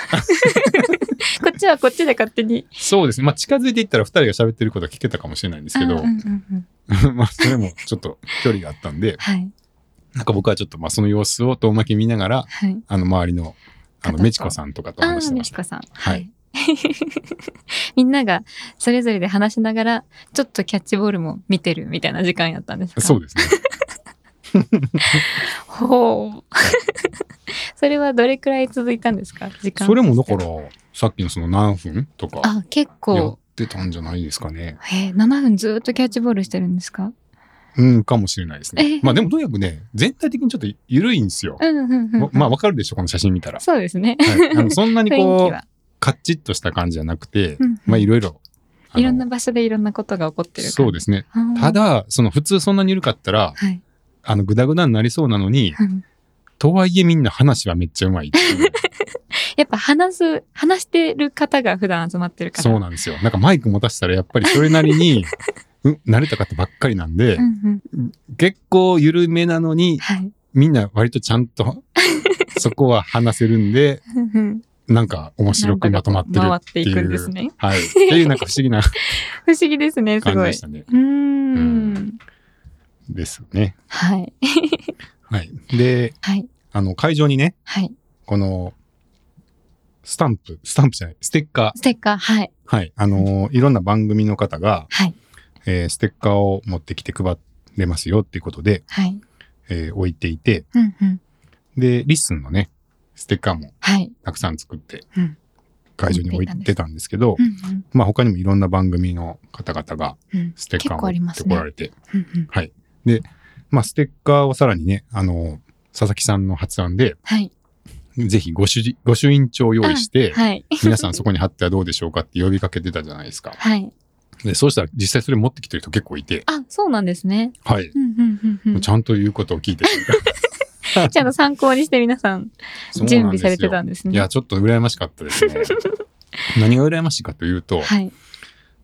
B: っちはこっちで勝手に。
A: そうですね。まあ、近づいていったら二人が喋ってることは聞けたかもしれないんですけ
B: あー
A: ど
B: うん、うんうん
A: まあ、それもちょっと距離があったんで、
B: はい。
A: なんか僕はちょっと、まあ、その様子を遠巻き見ながら、
B: はい。
A: あの、周りの、あ
B: 方
A: の、
B: と
A: メチコさんとかと
B: ああ
A: 話し
B: ー、
A: て
B: メ
A: まし
B: シ
A: た。
B: コさん。
A: はい。
B: みんながそれぞれで話しながら、ちょっとキャッチボールも見てるみたいな時間やったんですか
A: そうですね。
B: ほう。それはどれくらい続いたんですか時間。
A: それもだから、さっきのその何分とか、
B: あ、結
A: やっ
B: 構。
A: てたんじゃないですかね。
B: えー、7分ずっとキャッチボールしてるんですか
A: うん、かもしれないです
B: ええ
A: ね。まあ、でもとにかくね、全体的にちょっと緩いんですよ。
B: うんうんうんうん。
A: ままあ、わかるでしょ、この写真見たら。
B: そうですね。
A: はい、あのそんなに
B: 雰
A: こ
B: 囲気
A: う
B: は。
A: カッチッとした感じじゃなくて、
B: うんうん
A: まあいろいろ。あの
B: いろんな場所でいろんなことが起こってる。
A: そうですすね。
B: あー
A: た、だ、その普通そんなに緩かったら、
B: はい。
A: あの、グダグダになりそうなのに、
B: うん
A: とはいえみんな話はめっちゃうまいっていう
B: やっぱ話す、話してる方が普段集まってるから。
A: そうなんですよ。なんかマイク持たせたらやっぱりそれなり に、うん慣れた方ばっかりなんで、
B: うんうん。
A: 結構緩めなのに、
B: はい。
A: みんな割とちゃん とそこは話せるんで、
B: うんうん
A: なんか面白くまとまってる
B: なんだか
A: って
B: 回ってい
A: いう。
B: くんですね。
A: はい。っていうなんか不思議な
B: 不思議ですね、す
A: 感じ
B: ごい。
A: で
B: う
A: した ね。
B: ーん。
A: ですね。
B: はい。
A: はい。で、
B: はい。
A: あの、会場にね、
B: はい。
A: この、スタンプ、スタンプじゃない、ステッカー。
B: ステッカー、はい。
A: はい。あのーいろんな番組の方が、
B: はい。
A: えーステッカーを持ってきて配れますよっていうことで、
B: はい。
A: えー置いていて、
B: うんうん。
A: で、リッスンのね、ステッカーも
B: はい。
A: たくさん作って
B: うん、
A: 会場に置いてたんですけど、
B: うんうん
A: まあ他にもいろんな番組の方々が
B: うん。
A: ステッカー
B: 結
A: を
B: 構あり
A: 持
B: ま
A: って
B: す
A: こら
B: ね。
A: れて、
B: うんうん
A: まあステッカーをさらにね、あのー佐々木さんの発案で、
B: はい。
A: ぜひご主人、ご朱印帳を用意して、
B: はい。
A: 皆さんそこに貼ってはどうでしょうかって呼びかけてたじゃないですか。
B: はい。
A: で、そうしたら実際それ持ってきてる人結構いて、
B: あ、そうなんですね。
A: はい。
B: うんうんうんうん。
A: ちゃんと言うことを聞い てる。
B: ちゃんと参考にして皆さ
A: そう
B: ん
A: なんですよ
B: 準備されてたんですね。
A: いや、ちょっと羨ましかったですね。 何が羨ましいかというと、
B: はい。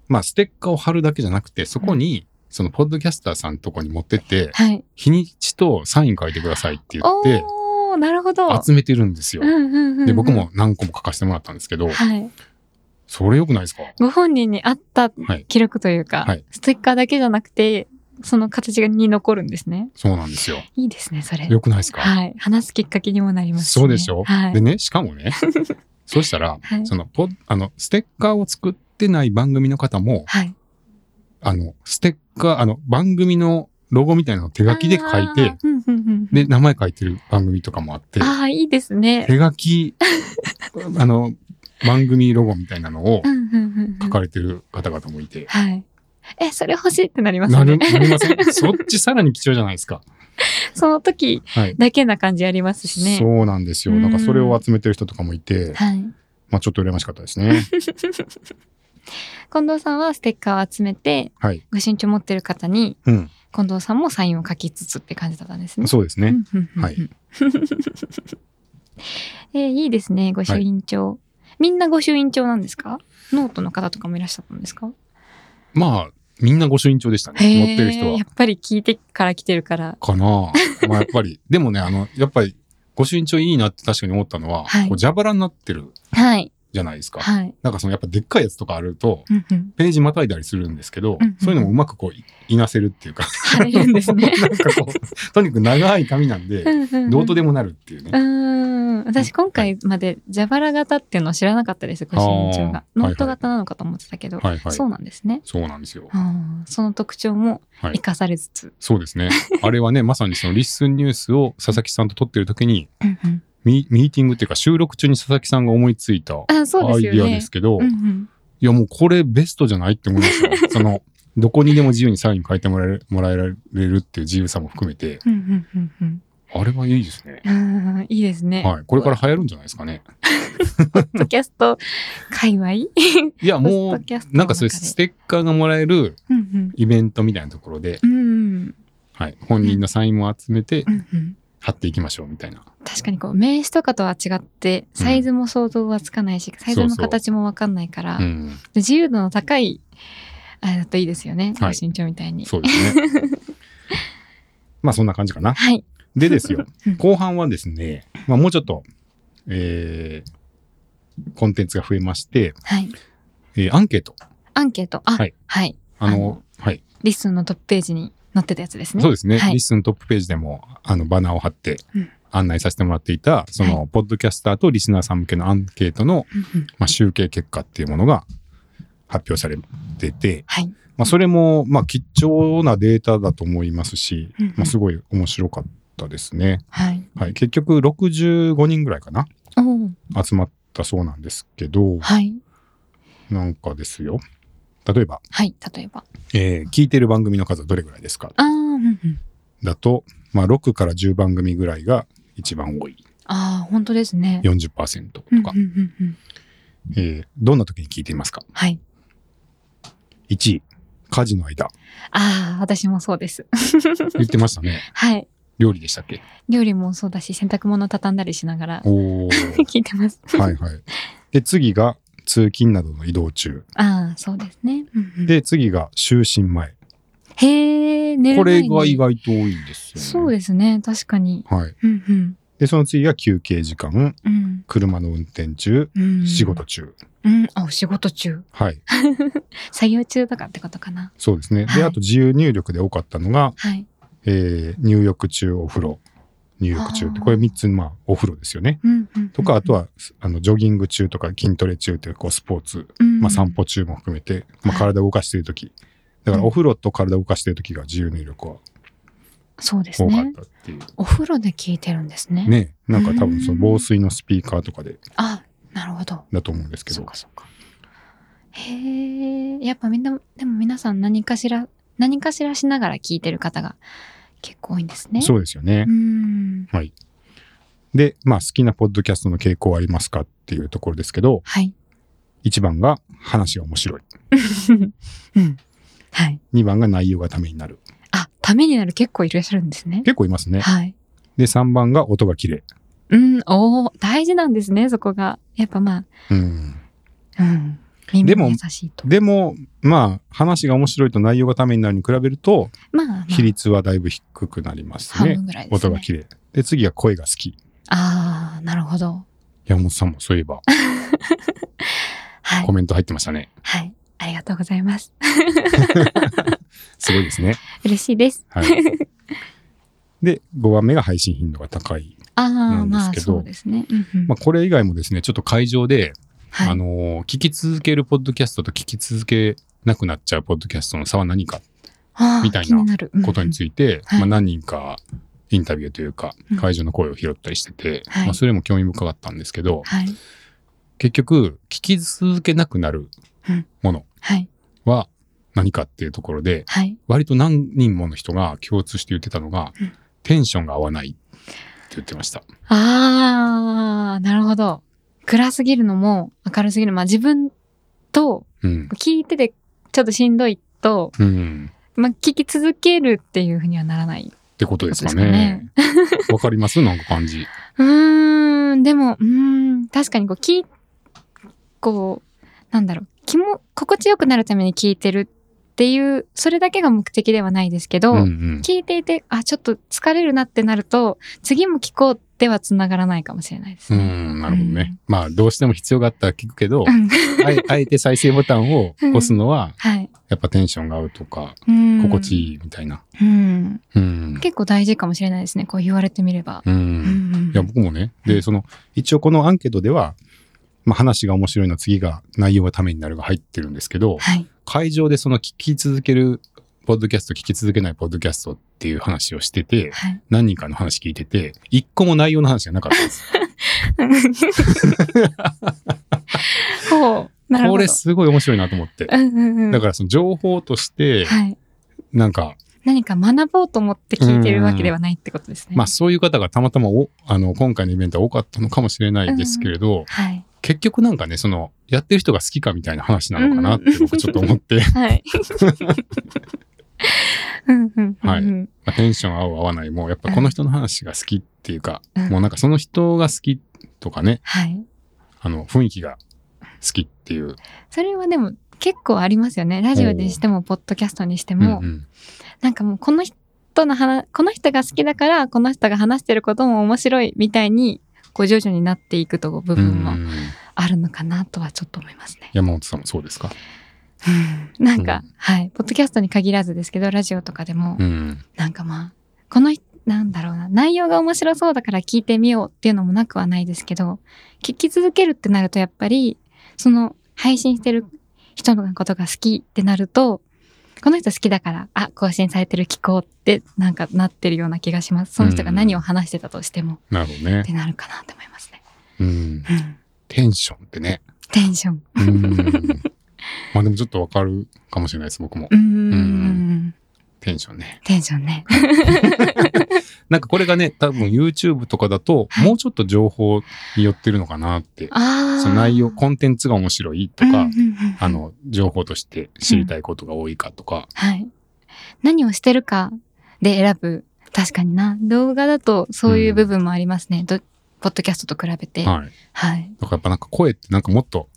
A: まあ、ステッカーを貼るだけじゃなくて、そこに、その、ポッドキャスターさんとこに持ってって、
B: はい。
A: 日にちとサイン書いてくださいって言って、
B: おー、なるほど。
A: 集めてるんですよ
B: うん。うんうんうん
A: で、僕。も何個も書かせてもらったんですけど、
B: はい。
A: それ良くないですか
B: ご本人に合った
A: はい
B: 記録というか、
A: はい
B: ステッカーだけじゃなくて、その形に残るんですね。
A: そうなんですよ。
B: いいですね、それ。
A: 良くないですか
B: はい。話すきっかけにもなります、ね。
A: そうでしょ、
B: はい
A: で。ね、しかも ね、そうしたら、
B: はい
A: そのポッあの、ステッカーを作ってない番組の方も、
B: はい。
A: あの、ステッカー、あの、番組のロゴみたいなのを手書きで書いて
B: あー、うんうんうん
A: で、名前書いてる番組とかもあって、
B: ああ、いいですね。
A: 手書 き、あの、番組ロゴみたいなのを
B: うんうんうんう
A: 書
B: ん。
A: かれてる方々もいて、
B: はい。え、それ欲しいってなります
A: な
B: ね
A: る、。なりませんそっちさらに貴重じゃないですか。
B: その時
A: はい。
B: だけな感じありますしね。
A: そうなんですよ。なんかそれを集めてる人とかもいて、
B: はい。
A: まあちょっと羨ましかったですね。
B: 近藤さんはステッカーを集めて、
A: はい。
B: ご身長持ってる方に、
A: うん。
B: 近藤さんもサインを書きつつって感じだったんですね。
A: そうです
B: う
A: ね。
B: んうんうん
A: はい
B: うん えーいいですね、ご朱印帳。みんなご朱印帳なんですかノートの方とかもいらっしゃったんですか
A: まあ、みんなご朱印帳でしたね。
B: へー
A: 持ってる人は
B: や。っぱり聞いてから来てるから。
A: かなあまあやっぱり。 でもね、あの、やっぱり、ご朱印帳いいなって確かに思ったのは、
B: はい
A: こう蛇腹になってる
B: はい。
A: じゃないですか。
B: はい。
A: なんかそのやっぱでっかいやつとかあると、
B: うんうん
A: ページまたいだりするんですけど、
B: うんうん
A: そういうのもうまくこうい、いなせるっていうか。。
B: 貼れるんですね
A: なんかこう、とにかく長い紙なんで、どうと
B: で
A: でもなるっていう
B: う
A: ね。
B: ん、私今回まで蛇腹型っていうのを知らなかったです、ご朱印帳が。
A: あー
B: ノート型なのかと思ってたけど、
A: はいはい。
B: そうなんですね。
A: そうなんですよ。
B: あーその特徴も
A: はい
B: 生かされつつ。
A: そうですね。あれはね、ま さにそのリッスンニュースを佐々木さんと撮ってる時に、
B: うんうん
A: ミミーティングっていうか収録中に佐々木さんが思いついた
B: あそ
A: ア
B: うで
A: イ
B: す
A: デ
B: よ
A: ィア
B: ね。
A: ですけど、
B: うんうん
A: いやもうこれベストじゃないって思いましたよ。そ の、どこにでも自由にサイン書いてもらえるもらえられるっていう自由さも含めて、
B: うんうんうんうん
A: あれはいいですね。
B: うん いいですね。
A: はい。これから流行るんじゃないですかね。
B: ポッドキャスト界隈
A: いや、も
B: ポッドキャスト
A: う、
B: の中で
A: なんかそういうステッカーがもらえる
B: うん
A: イベントみたいなところで、
B: うん。うん
A: はい。本人のサインも集めて
B: うんうん。
A: 貼っていきましょうみたいな。
B: 確かにこう名刺とかとは違ってサイズも想像はつかないし、サイズ
A: そ
B: の
A: うそう
B: 形もわかんないから、
A: うん。
B: 自由度の高いあれだといいですよね、
A: はい
B: ご身長みたいに。
A: そうですね。 まあそんな感じかな。
B: はい。
A: でです よ
B: うん、
A: 後半はですね、まあもうちょっと、えー、コンテンツが増えまして、
B: はい。
A: えーアンケート。
B: アンケート。あ、は
A: はいい。
B: はい、
A: あの、
B: あの
A: はい。
B: リストのトップページに載ってたやつですね。
A: そうですね。
B: はい
A: リスントップページでも、あの、バナーを貼って
B: うん
A: 案内させてもらっていた、その、ポッドキャスターとリスナーさん向けのアンケートの、
B: うんうん
A: まあ、集計結果っていうものが発表されてて、
B: はい。
A: まあ、それも、まあ、貴重なデータだと思いますし
B: うんうん、
A: まあ、すごい面白かったですね。
B: はい。
A: はい。結局、65人ぐらいかな
B: おー
A: 集まったそうなんですけど、
B: はい。
A: なんかですよ。例えば、
B: はい。例えば。
A: えー聞いてる番組の数はどれぐらいですか
B: あー、うんうん。
A: だと、まあ、6から10番組ぐらいが一番多い
B: あー、本当ですね。
A: 40%とか、
B: うんうんうんうん。
A: えーどんな時に聞いていますか
B: はい。
A: 1位家事の間
B: あー、私もそうです。
A: 言ってましたね
B: はい。
A: 料理でしたっけ
B: 料理もそうだし洗濯物畳んだりしながら
A: お お
B: 聞いて ます。
A: はいはいで次が通勤などの移動中
B: ああそうですね。うんうん
A: で次が就寝前
B: へえ寝る
A: こ
B: 前
A: れ
B: に
A: が意外と多いんですよね
B: そうですね確かに。
A: はい、
B: うんうん
A: でその次が休憩時間
B: うん
A: 車の運転中
B: うん。
A: 仕事。中、
B: うんあお仕事中
A: はい
B: 作業中とかってことかな。
A: そうですね、
B: はい
A: であと自由入力で多かったのが、
B: はい。
A: えー入浴中お風呂入浴中ってこれ3つまあお風呂ですよね
B: うんうんうん、
A: とか、あとは、あの、ジョギング中とか筋トレ中という、こう、スポーツ、
B: うん、
A: まあ、散歩中も含めて、まあ、体を動かしているとき。だから、お風呂と体を動かしているときが自由入力は
B: そうです
A: 多かっ
B: ね。
A: たっていう。
B: お風呂で聞いてるんですね。
A: ねなんか多分、その防水のスピーカーとかで、
B: あなるほど。
A: だと思うんですけ
B: そう
A: ど。
B: かそうか。へえやっぱみんなでも皆さん何かしら何かしらしながら聞いてる方が結構多いんですね。
A: そうですよね
B: う。ん
A: で、まあ、好きなポッドキャストの傾向ありますかっていうところですけど、
B: はい。
A: 1番が話が面白い。
B: うん。はい。
A: 2番が内容がためになる。
B: あ、ためになる結構いらっしゃるんですね。
A: 結構いますね。
B: はい。
A: で、3番が音が綺麗。
B: うん、おお、大事なんですね、そこが。やっぱま
A: うん。
B: あ、うん。耳
A: で
B: に
A: も
B: 優しいと。
A: でも、まあ、話が面白いと内容がためになるに比べると、
B: まあ、まあ、
A: 比率はだいぶ低くなります
B: 半
A: ね。
B: 分ぐらいですね。
A: 音が綺麗。で、次が声が好き。
B: ああ、なるほど。
A: 山本さんもそういえば
B: はい
A: コ。メント入ってましたね。
B: はい。ありがとうございます。
A: すごいですね。
B: 嬉しいです。
A: はい。で、5番目が配信頻度が高い。
B: ああ、
A: なんで
B: ますあ、
A: けど
B: そうですね。うんうん
A: まあ、これ以外もですね、ちょっと会場で、
B: はい
A: あのー聞き続けるポッドキャストと聞き続けなくなっちゃうポッドキャストの差は何か
B: あー
A: みたいな
B: 気になる
A: ことに
B: いて。
A: ついて、
B: はい
A: まあ、何人かインタビューというか
B: うん、
A: 会場の声を拾ったりしてて、
B: はい
A: まあ、それも興味深かったんですけど、
B: はい。
A: 結局、聞き続けなくなるもの
B: はい。
A: は何かっていうところで、
B: はい。
A: 割と何人もの人が共通して言ってたのが、
B: うん
A: テンションが合わないって言ってました。
B: ああ、なるほど。暗すぎるのも明るすぎる。まあ自分と
A: うん。
B: 聞いててちょっとしんどいと、
A: うん。
B: まあ聞き続けるっていうふうにはならない。
A: ってことですかね。わ、かりますなんか感じ。
B: うーん、でも、うーん、確かにこう聞い、こう、なんだろう、気も、心地よくなるために聞いてるっていう、それだけが目的ではないですけど、
A: うんうん。
B: 聞いていて、あ、ちょっと疲れるなってなると、次も聞こうではつながらないかもしれないです
A: う
B: ね。
A: ん、なるほどね。まあ、どうしても必要があったら聞くけ ど、
B: うん、
A: あえあえて再生ボタンを押すのは、
B: はい。
A: やっぱテンションが合うとか、
B: うん
A: 心地いいみたいな。
B: うん。
A: うん。
B: 結構大事かもしれないですね。こう言われてみれば。
A: う。
B: うんんうん
A: いや、僕もね。で、その、一応このアンケートでは、まあ、話が面白いの次が内容はためになるが入ってるんですけど、
B: はい。
A: 会場でその聞き続けるポッドキャスト、聞き続けないポッドキャストっていう話をしてて、
B: はい。
A: 何人かの話聞いてて、一個も内容の話がなかったです。
B: こ う、なるほど。
A: これすごい面白いなと思って。
B: うんうんうん。
A: だからその情報として、
B: はい。
A: なんか、
B: 何か学ぼうと思って聞いてるわけではないってことですね。
A: まあそういう方がたまたまおあの今回のイベントは多かったのかもしれないですけれど、
B: はい。
A: 結局なんかね、その、やってる人が好きかみたいな話なのかなって僕ちょっと思って、
B: はい。 うんうんうんうん
A: はいまあ、テンション合う合わないも、やっぱこの人の話が好きっていうか、
B: うん
A: もうなんかその人が好きとかね、
B: はい。
A: あの、雰囲気が好きっていう。
B: それはでも結構ありますよね。ラジオにしても、ポッドキャストにしても、
A: うんうん
B: なんかもうこの人の話、この人が好きだから、この人が話してることも面白いみたいに、こう徐々になっていくと部分
A: う
B: も
A: んうん
B: あるのかなとはちょっと思いますね。
A: 山本さんもそうですか
B: うん なんか、
A: う
B: はい。ポッドキャストに限らずですけど、ラジオとかでも、
A: うん。
B: なんかまあ、この人、なんだろうな、内容が面白そうだから聞いてみようっていうのもなくはないですけど、聞き続けるってなるとやっぱり、その配信してる人のことが好きってなると、この人好きだから、あ、更新されてる聞こうってなんかなってるような気がします。その人が何を話してたとしても、
A: なるほどね
B: っ。てなるかなと思いますね。
A: うん。
B: うん
A: テンションってね。
B: テンション。
A: うん。まあでもちょっとわかるかもしれないです、僕も
B: う。ー
A: ん
B: ん。
A: テンションね。
B: テンションね。
A: なんかこれがね、多分 YouTube とかだと、もうちょっと情報に寄ってるのかなって。
B: ああ。
A: その内容、コンテンツが面白いと
B: うんうん
A: か
B: うん、うん
A: あの、情報として知りたいことが多いかとか。
B: はい。何をしてるかで選ぶ。確かにな。動画だとそういう部分もありますね。どポッドキャストと比べて。
A: はい。
B: はい。
A: だからやっぱなんか声ってなんかもっと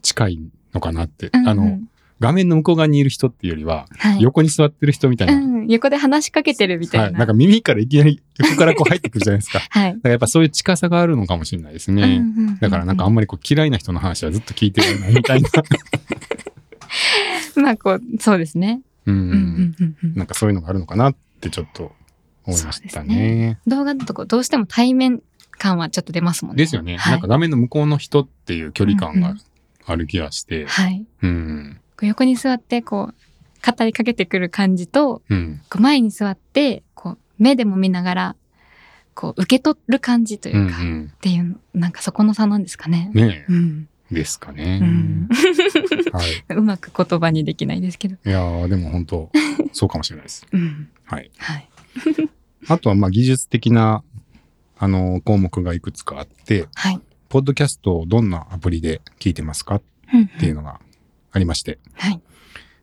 A: 近いのかなって。
B: うんうん
A: あの、、画面の向こう側にいる人っていうよりは、
B: はい、
A: 横に座ってる人みたいうな。
B: ん、横で話しかけてるみた
A: はいい。
B: な。
A: なんか耳からいきなり横からこう入ってくるじゃないですか。 だか
B: はい。
A: らやっぱそういう近さがあるのかもしれないですね。
B: うんうんうん
A: だからなんかあんまりこう嫌いな人の話はずっと聞いてるみたいな。
B: まあこうそうですね、
A: う
B: うん
A: ん。
B: うんうんうん、
A: なんかそういうのがあるのかなってちょっと思いました
B: そうです
A: ね。
B: 動画だとこうどうしても対面感はちょっと出ますもんね
A: ですよね。
B: はい、
A: なんか画面の向こうの人っていう距離感
B: うん
A: が
B: うん
A: ある気がして。
B: はい、
A: うん。
B: こう横に座ってこう語りかけてくる感じと
A: うん。
B: こう前に座ってこう目でも見ながらこう受け取る感じといううんか、
A: うん。
B: っていうなんかそこの差なんですかね。
A: ね
B: うん、
A: え。ですか
B: う
A: ね
B: ん。
A: はい。
B: うまく言葉にできないですけど。
A: いやー、でも本当、そうかもしれないです。
B: うん、
A: はい。
B: はい。
A: あとは、まあ、技術的な、あのー項目がいくつかあって、
B: はい。
A: ポッドキャストをどんなアプリで聞いてますかっ
B: うん
A: ていうのがありまして、
B: はい。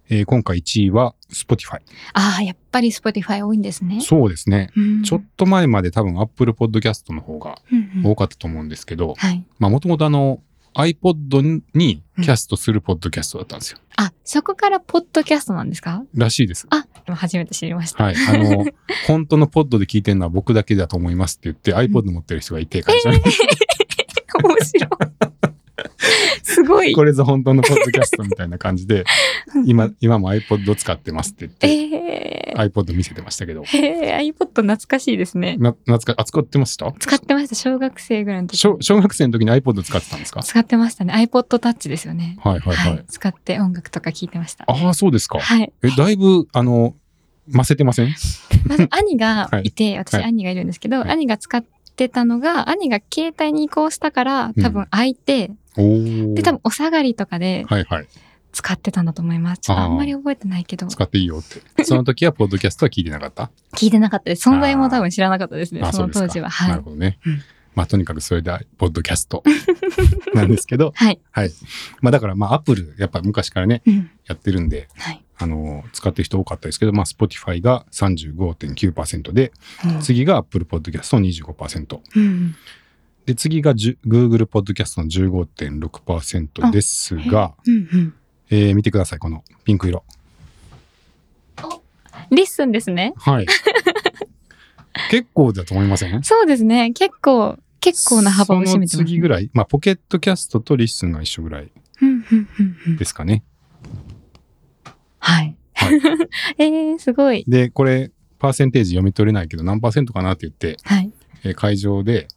A: えー今回1位は Spotify。
B: ああ、やっぱり Spotify 多いんですね。
A: そうですね。
B: うん
A: ちょっと前まで多分 Apple Podcast の方が
B: うんうん
A: 多かったと思うんですけど、
B: はい。
A: まあ、もともとあの、iPod にキャストするポッドキャストだったんですよ。
B: あ、そこからポッドキャストなんですから
A: しいです。
B: あ、でも初めて知りま した。
A: はい。あ の、本当のポッドで聞いてるのは僕だけだと思いますって言って、iPod 持ってる人がいて、会社に。
B: 面白い。すごい。
A: これぞ本当のポッドキャストみたいな感じで、今、今も iPod を使ってますって
B: え
A: 言って、
B: え
A: iPod 見せてましたけど、
B: へえ iPod 懐かしいですね。
A: な、懐か、あ、使ってました
B: 使ってました。小学生ぐらいの時。
A: 小、小学生の時に iPod 使ってたんですか
B: 使ってましたね。iPod Touch ですよね。
A: はいはいはい。
B: 使って音楽とか聞いてました。
A: ああ、そうですか。
B: はい。
A: え、だいぶ、あの、ませてません
B: まず兄がいて、私
A: はい
B: 兄がいるんですけど、
A: はい
B: 兄が使ってたのが、兄が携帯に移行したから、多分空いて、
A: おお。
B: で、多分お下がりとかで、
A: はいはい。
B: 使ってたんだと思います。ちょっと
A: あ
B: あ
A: ー
B: んまり覚えてないけど、
A: 使っていいよって。その時はポッドキャストは聞いてなかった
B: 聞いてなかったです。存在も多分知らなかったですね。
A: あ
B: そ
A: そう
B: の
A: ですか
B: 当時は。は
A: ないる。ほどね
B: うん。
A: まあとにかくそれで、ポッドキャス トなんですけど、
B: はい。
A: はい。まあだからまあアップル、やっぱ昔からね、
B: うん。
A: やってるんで、
B: はい。
A: あの、使ってる人多かったですけど、まあ Spotify が35.9%で、
B: うん
A: 次が Apple Podcast の25%。
B: うん。
A: で、次が10 Google Podcast の15.6%ですが、
B: うん。うん。
A: えー見てください、このピンク色。
B: リッスンですね。
A: はい。結構だと思いません
B: そうですね。結構、結構な幅を占めてま
A: そ
B: す、
A: の次ぐらい、まあ、ポケットキャストとリッスンが一緒ぐらい
B: うんうんうんうん
A: ですかね。
B: はい。
A: はい
B: えー、すごい。
A: で、これ、パーセンテージ読み取れないけど、何パーセントかなって言って、
B: はい。
A: えー会場で、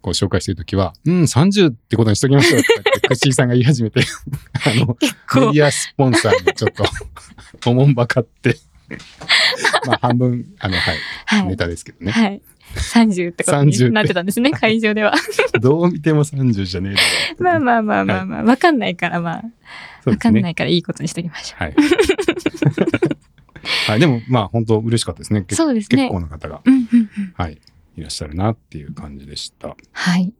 A: こう紹介してるときは、うん、30ってことにしときましょうとかって、クッシーさんが言い始めて、 あの、
B: 結
A: メ
B: 構。
A: ディアスポンサーにちょっと おもんばか ってまあ半分あの、はい
B: はい
A: ネ。タですけどね
B: はい。30ってことになってたんですね、会場では。
A: どう見ても30じゃねえだろうって
B: まあまあまあまあまあ、わかんないからまあ、
A: そう
B: わ
A: で
B: か
A: す
B: ん
A: ね
B: ないからいいことにしておきましょ
A: はい、 はい、でもまあ本当嬉しかったですね
B: う。
A: け
B: そうです
A: 結
B: ね。
A: 構な方が、
B: うんうんうん。
A: はい、いらっしゃるなっていう感じでした
B: はい。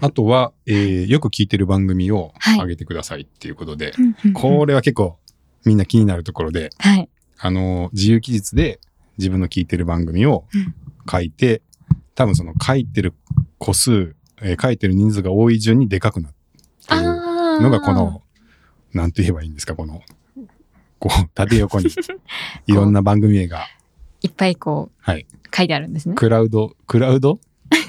A: あとは、えーよく聞いてる番組を
B: はい
A: 上げてくださいっていうことで、
B: うんうんうん
A: これは結構みんな気になるところで
B: はい。
A: あの、自由記述で自分の聞いてる番組を
B: うん
A: 書いて、多分その書いてる個数、えー書いてる人数が多い順にでかくなってる
B: ああ。
A: のがこの、なんて言えばいいんですか、この、こう、縦 横にいろんな番組名が、
B: いっぱいこ
A: はい、
B: う、書いてあるんですね。
A: クラウド、クラウドっ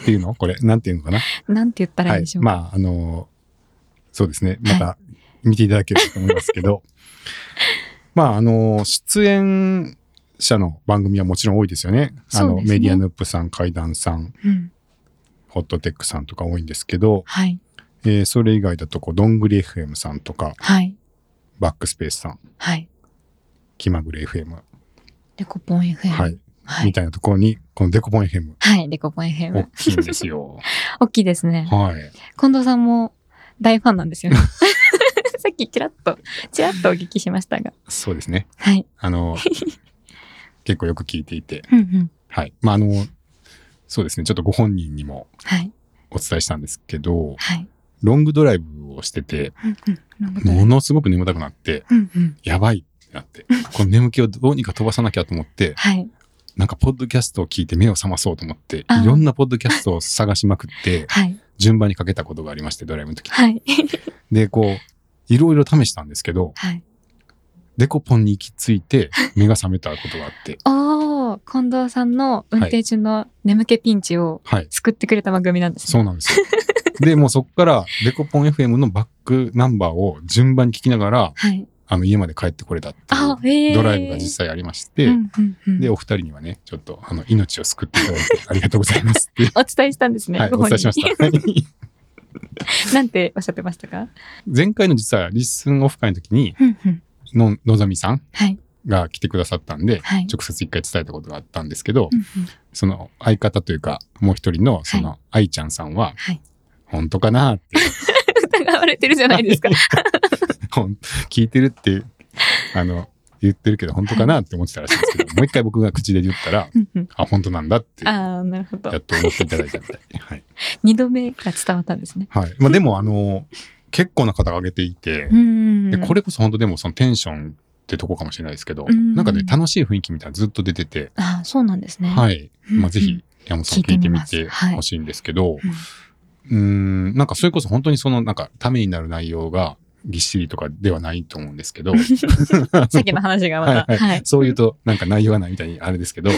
A: ていうのこれ、なんていうのかな。
B: なんて言ったら
A: はいい
B: いでし。ょう。
A: まあ、あのそうですね。また見ていただければと思いますけど、まあ、あの出演者の番組はもちろん多いですよね。あ
B: そう
A: の、
B: ですね
A: メディアヌップさん、怪談さん、
B: うん。
A: ホットテックさんとか多いんですけど、
B: はい。
A: えーそれ以外だと、こう、どんぐり FM さんとか、
B: はい。
A: バックスペースさん、
B: はい。
A: 気まぐれ FM、
B: デコポン FM。
A: は、
B: はい
A: み
B: い。
A: たいなところに、このデコポン FM、
B: はい。デコポン
A: 大
B: FM。
A: きいんですよ。
B: 大きいですね。
A: はい。
B: 近藤さんも大ファンなんですよね。 さっきちらっと、ちらっとお聞きしましたが。
A: そうですね。
B: はい。
A: あの結構よく聞いていて、
B: うんうん。
A: はい。まあ、あの、そうですね。ちょっとご本人にも
B: はい。
A: お伝えしたんですけど、
B: はい。
A: ロングドライブをしてて、
B: うんうん。なるほど
A: ものすごく眠たくなって、
B: うんうん。
A: やばいってな って、この眠気をどうにか飛ばさなきゃと思って、
B: はい。
A: なんかポッドキャストを聞いて目を覚まそうと思って、い
B: あー
A: ろんなポッドキャストを探しまくって、
B: はい。
A: 順番にかけたことがありまして、ドライブの時。
B: はい。
A: で、こう、いろいろ試したんですけど、
B: はい。
A: デコポンに行き着いて目が覚めたことがあって、
B: おー、近藤さんの運転中の眠気ピンチを
A: はい。
B: 救ってくれた番組なんですね。
A: そうなんです よ。で、もうそこから、デコポン FM のバックナンバーを順番に聞きながら、
B: はい。
A: あの、家まで帰ってこれたっていう
B: あ、へえ。
A: ドライブが実際ありまして、
B: うんうんうん
A: で、お二人にはね、ちょっと、あの、命を救っていただい て、ありがとうございますっていう
B: お伝えしたんですね。
A: はい、
B: ご
A: お
B: 本
A: 伝
B: 人
A: えしました。はい
B: た。なんておっしゃってましたか
A: 前回の実は、リッスンオフ会の時に、
B: うんうん。
A: の、のざみさん
B: はい。
A: が来てくださったんで、
B: はい。
A: 直接一回伝えたことがあったんですけど、
B: うんうん
A: その相方というか、もう一人の、その、愛ちゃんさんは、
B: はい。
A: 本当かなって、
B: 疑われてるじゃないで すか。
A: ほん聞いてるって、あの、言ってるけど、本当かなって思ってたらしいんですけど、もう一回僕が口で言ったら、
B: うんうん
A: あ、本当なんだって、や
B: ああ、なるほど
A: っ。と思っていただいたみたい。はい。
B: 二度目が伝わったんですね。
A: はい。まあでも、あの、結構な方が挙げていて、
B: うん
A: でこれこそ本当でもそのテンションってとこかもしれないですけど、
B: うん
A: なんかね、楽しい雰囲気みたいなのずっと出てて、
B: ああ、そうなんですね。い。
A: はい。まあぜ
B: うん
A: ひ、山本さん聞いてみてほしいんですけど、うーん、なんかそれこそ本当にその、なんかためになる内容がぎっしりとかではないと思うんですけど、
B: さっきの話がま
A: は
B: た。
A: い
B: はい。
A: そう言うとなんか内容がないみたいにあれですけど、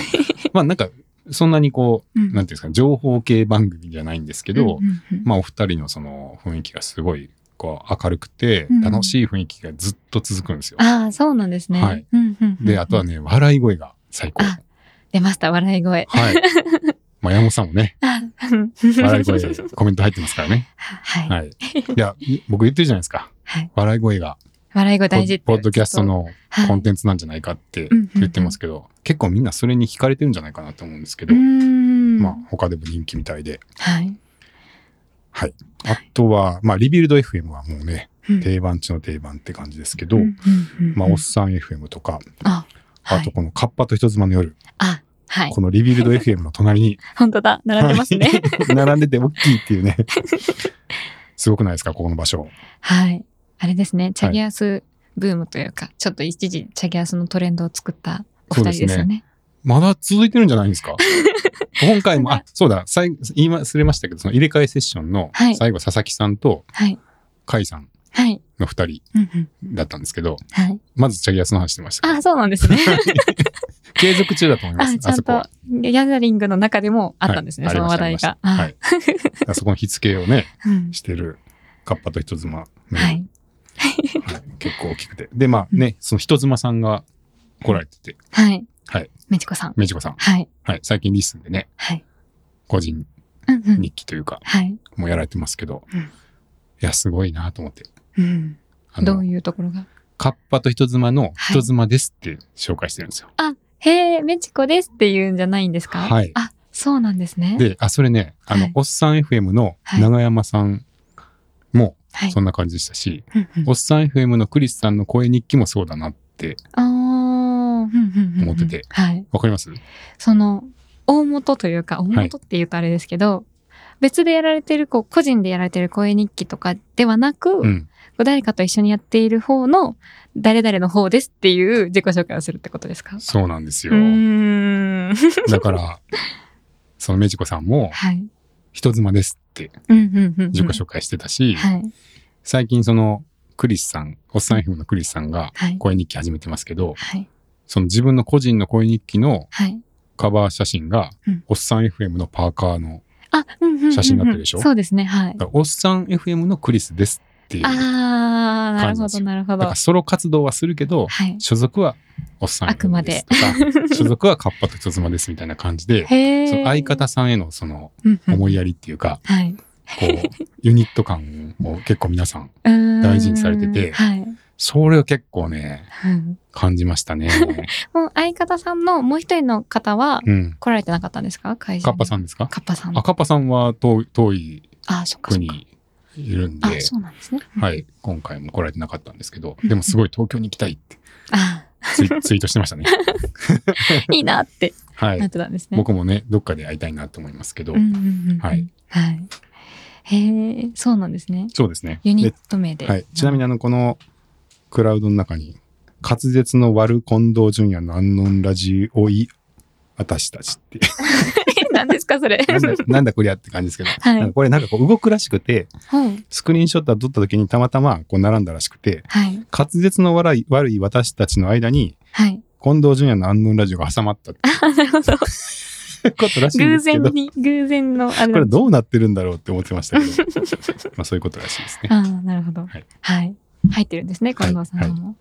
A: まあなんかそんなにこう、
B: う
A: なんんていうんですか、情報系番組じゃないんですけど、
B: うんうんうん
A: まあ、お二人のその雰囲気がすごいこう明るくて
B: うん
A: 楽しい雰囲気がずっと続くんですよ。
B: ああ、そうなんですね。
A: はい
B: うんうんうん
A: であとはね笑い声が最高。
B: あ出ました、笑い声。
A: はい。まあ山本さんもね
B: あうん
A: 笑い声コメント入ってますからね。
B: はい。
A: はい。いや僕言ってるじゃないですか。
B: はい
A: 笑い声が
B: 笑い声
A: ポ
B: 大事って
A: ポッドキャストの
B: はい
A: コンテンツなんじゃないかって
B: うんうんうん
A: 言ってますけど、結構みんなそれに惹かれてるんじゃないかなと思うんですけ
B: う
A: ど、
B: ーん。
A: まあ他でも人気みたいで。
B: はい。
A: あとは、まあリビルド FM はもうね、
B: うん
A: 定番地の定番って感じですけど、
B: うんうんうん
A: まあ、おっさん FM とか、
B: あ、は
A: あ
B: い
A: と、このカッパと人妻の夜、
B: あ、はい。
A: このリビ ルド FM の隣に、
B: 本当だ。並んでますね。
A: はい 並んでて大きいっていうね。 すごくないですか、ここの場所。
B: はい。あれですね。チャギアスブームというか、ちょっと一時チャギアスのトレンドを作ったお二人ですよね。
A: まだ続いてるんじゃないんです か今回も、
B: まだ
A: あ、そうだ、最言い忘れましたけど、その入れ替えセッションの
B: はい
A: 最後、佐々木さんと
B: はい。
A: 甲斐さん
B: はい。
A: の二人
B: うんうん。
A: だったんですけど、
B: はい。
A: まずチャギアスの話してましたけど
B: あ、そうなんですね。
A: 継続中だと思いま
B: あ、
A: す。
B: ちゃん
A: そこは
B: とヤザリングの中でもあったんですね、
A: はい
B: その話題が。
A: あり
B: あ
A: ましたありましたはい。あそこの火付けをね、
B: うん
A: してるカッパと人妻の、
B: はい。
A: はい結構大きくて。で、まあね、その人妻さんが来られてて、
B: はい。
A: はい。
B: めちこさん。
A: めじこさん。
B: はい。
A: はい。最近リスンでね、
B: はい。
A: 個人
B: うんうん。
A: 日記というか、
B: はい。
A: もうやられてますけど、
B: うん
A: いや、すごいなと思って。
B: うん。
A: あ
B: ど
A: の
B: う、いうところが
A: カッパと人妻の
B: はい
A: 人妻ですって紹介してるんですよ。
B: へえ、メチコですって言うんじゃないんですか
A: はい
B: あ、そうなんですね。
A: で、あ、それね、あの、
B: はい
A: おっさん FM の長山さんも
B: はい。
A: そんな感じでしたし、
B: うんうん
A: おっさん FM のクリスさんの声日記もそうだなって、
B: ああ、うんうんうんうん
A: 思ってて
B: はい。
A: わかります
B: その、大元というか、大元って言うとあれですけど、別でやられてる、こう、個人でやられてる声日記とかではなく、
A: うん。
B: 誰かと一緒にやっている方の、誰々の方ですっていう自己紹介をするってことですか
A: そうなんです
B: う
A: よ。
B: ーん。
A: だから、そのメジコさんも、
B: はい。
A: 人妻ですって
B: うんうんうんうん。
A: 自己紹介してたし、
B: はい。
A: 最近その、クリスさん、おっさん FM のクリスさんが
B: はい。
A: 声日記始めてますけど、
B: はい。
A: その自分の個人の声日記の
B: はい。
A: カバー写真が、
B: うん
A: おっさん FM のパーカーの、
B: あ、うんうんうんうん。
A: 写真になってるでしょ
B: そうですね。はい
A: だ。からおっさん FM のクリスですっていう。だ
B: ああ、なるほ
A: 感じ
B: ど、なるほ
A: か
B: ど
A: ら。ソロ活動はするけど、
B: はい。
A: 所属はおっさん
B: あく
A: FM
B: ま
A: です
B: で
A: と か、所属はカッパと人妻ですみたいな感じで、
B: へえ。
A: その相方さんへのその
B: うんうん、
A: 思いやりっていうか、
B: はい。
A: こ う、ユニット感を結構皆さん、大
B: 大
A: 事にされてて
B: はい。
A: それを結構ね、
B: うん
A: 感じましたね。
B: もう相方さんのもう一人の方は
A: うん。
B: 来られてなかったんですか会社
A: カ
B: に
A: ッパさんですか
B: カッパさん。
A: あ、カッパさんは遠い遠い
B: あ、そっかそっ
A: 国
B: か。
A: にいるんで、
B: あ、そうなんですね。。
A: はいい、今回も来られてなかったんですけど、
B: うん
A: でもすごい東京に行きたいって
B: あ、
A: ツイツイートしてましたね。
B: いいなって
A: は
B: なっ
A: い。
B: てたんですね。
A: 僕もね、どっかで会いたいなと思いますけど、
B: うんうんうん。
A: はい。
B: はい。へえ、そうなんですね。
A: そうですね。
B: ユニ
A: で
B: ット名で。
A: はい、ちなみ
B: に。
A: にあの、このクラウドの中に、滑舌の悪近藤淳也の安穏ラジオい私たちって
B: 何ですか、それ。
A: なんだ、なんだこりゃって感じですけど、
B: はい
A: なんかこれなんかこう動くらしくて、
B: はい。
A: スクリーンショット撮った時にたまたまこう並んだらしくて、
B: はい。
A: 滑舌の悪い悪い私たちの間に、
B: はい。
A: 近藤淳也の安穏ラジオが挟まったって
B: あ、なるほど。
A: ことらしいんで
B: 偶
A: すけ
B: 然
A: ど、こ
B: に、偶然のあれなんですね
A: れどうなってるんだろうって思ってましたけど、 まあそういうことらしいですね。
B: ああ、なるほど。
A: は
B: はいい。入ってるんですね、近藤さんのも。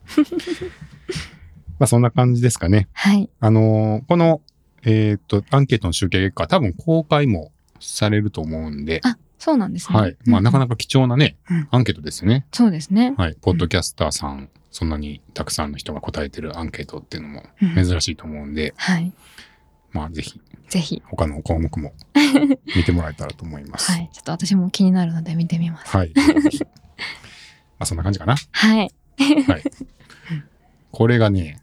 A: まあそんな感じですかね。
B: はい。
A: あのーこの、えーっと、アンケートの集計結果、多分公開もされると思うんで、
B: あ、そうなんですね。
A: はい。まあなか
B: か。
A: なか貴重なね
B: うん、
A: アンケートですよね。
B: そうですね。
A: はい。ポッドキャスターさん、そんなにたくさんの人が答えてるアンケートっていうのも
B: うん
A: 珍しいと思うんで、
B: はい。
A: まあぜひ
B: ぜひ。
A: 他の項目も見てもらえたらと思います。
B: は。い。ちょっと私も気になるので見てみます。
A: はい。ま あそんな感じかな。
B: はい。
A: はい。これがね、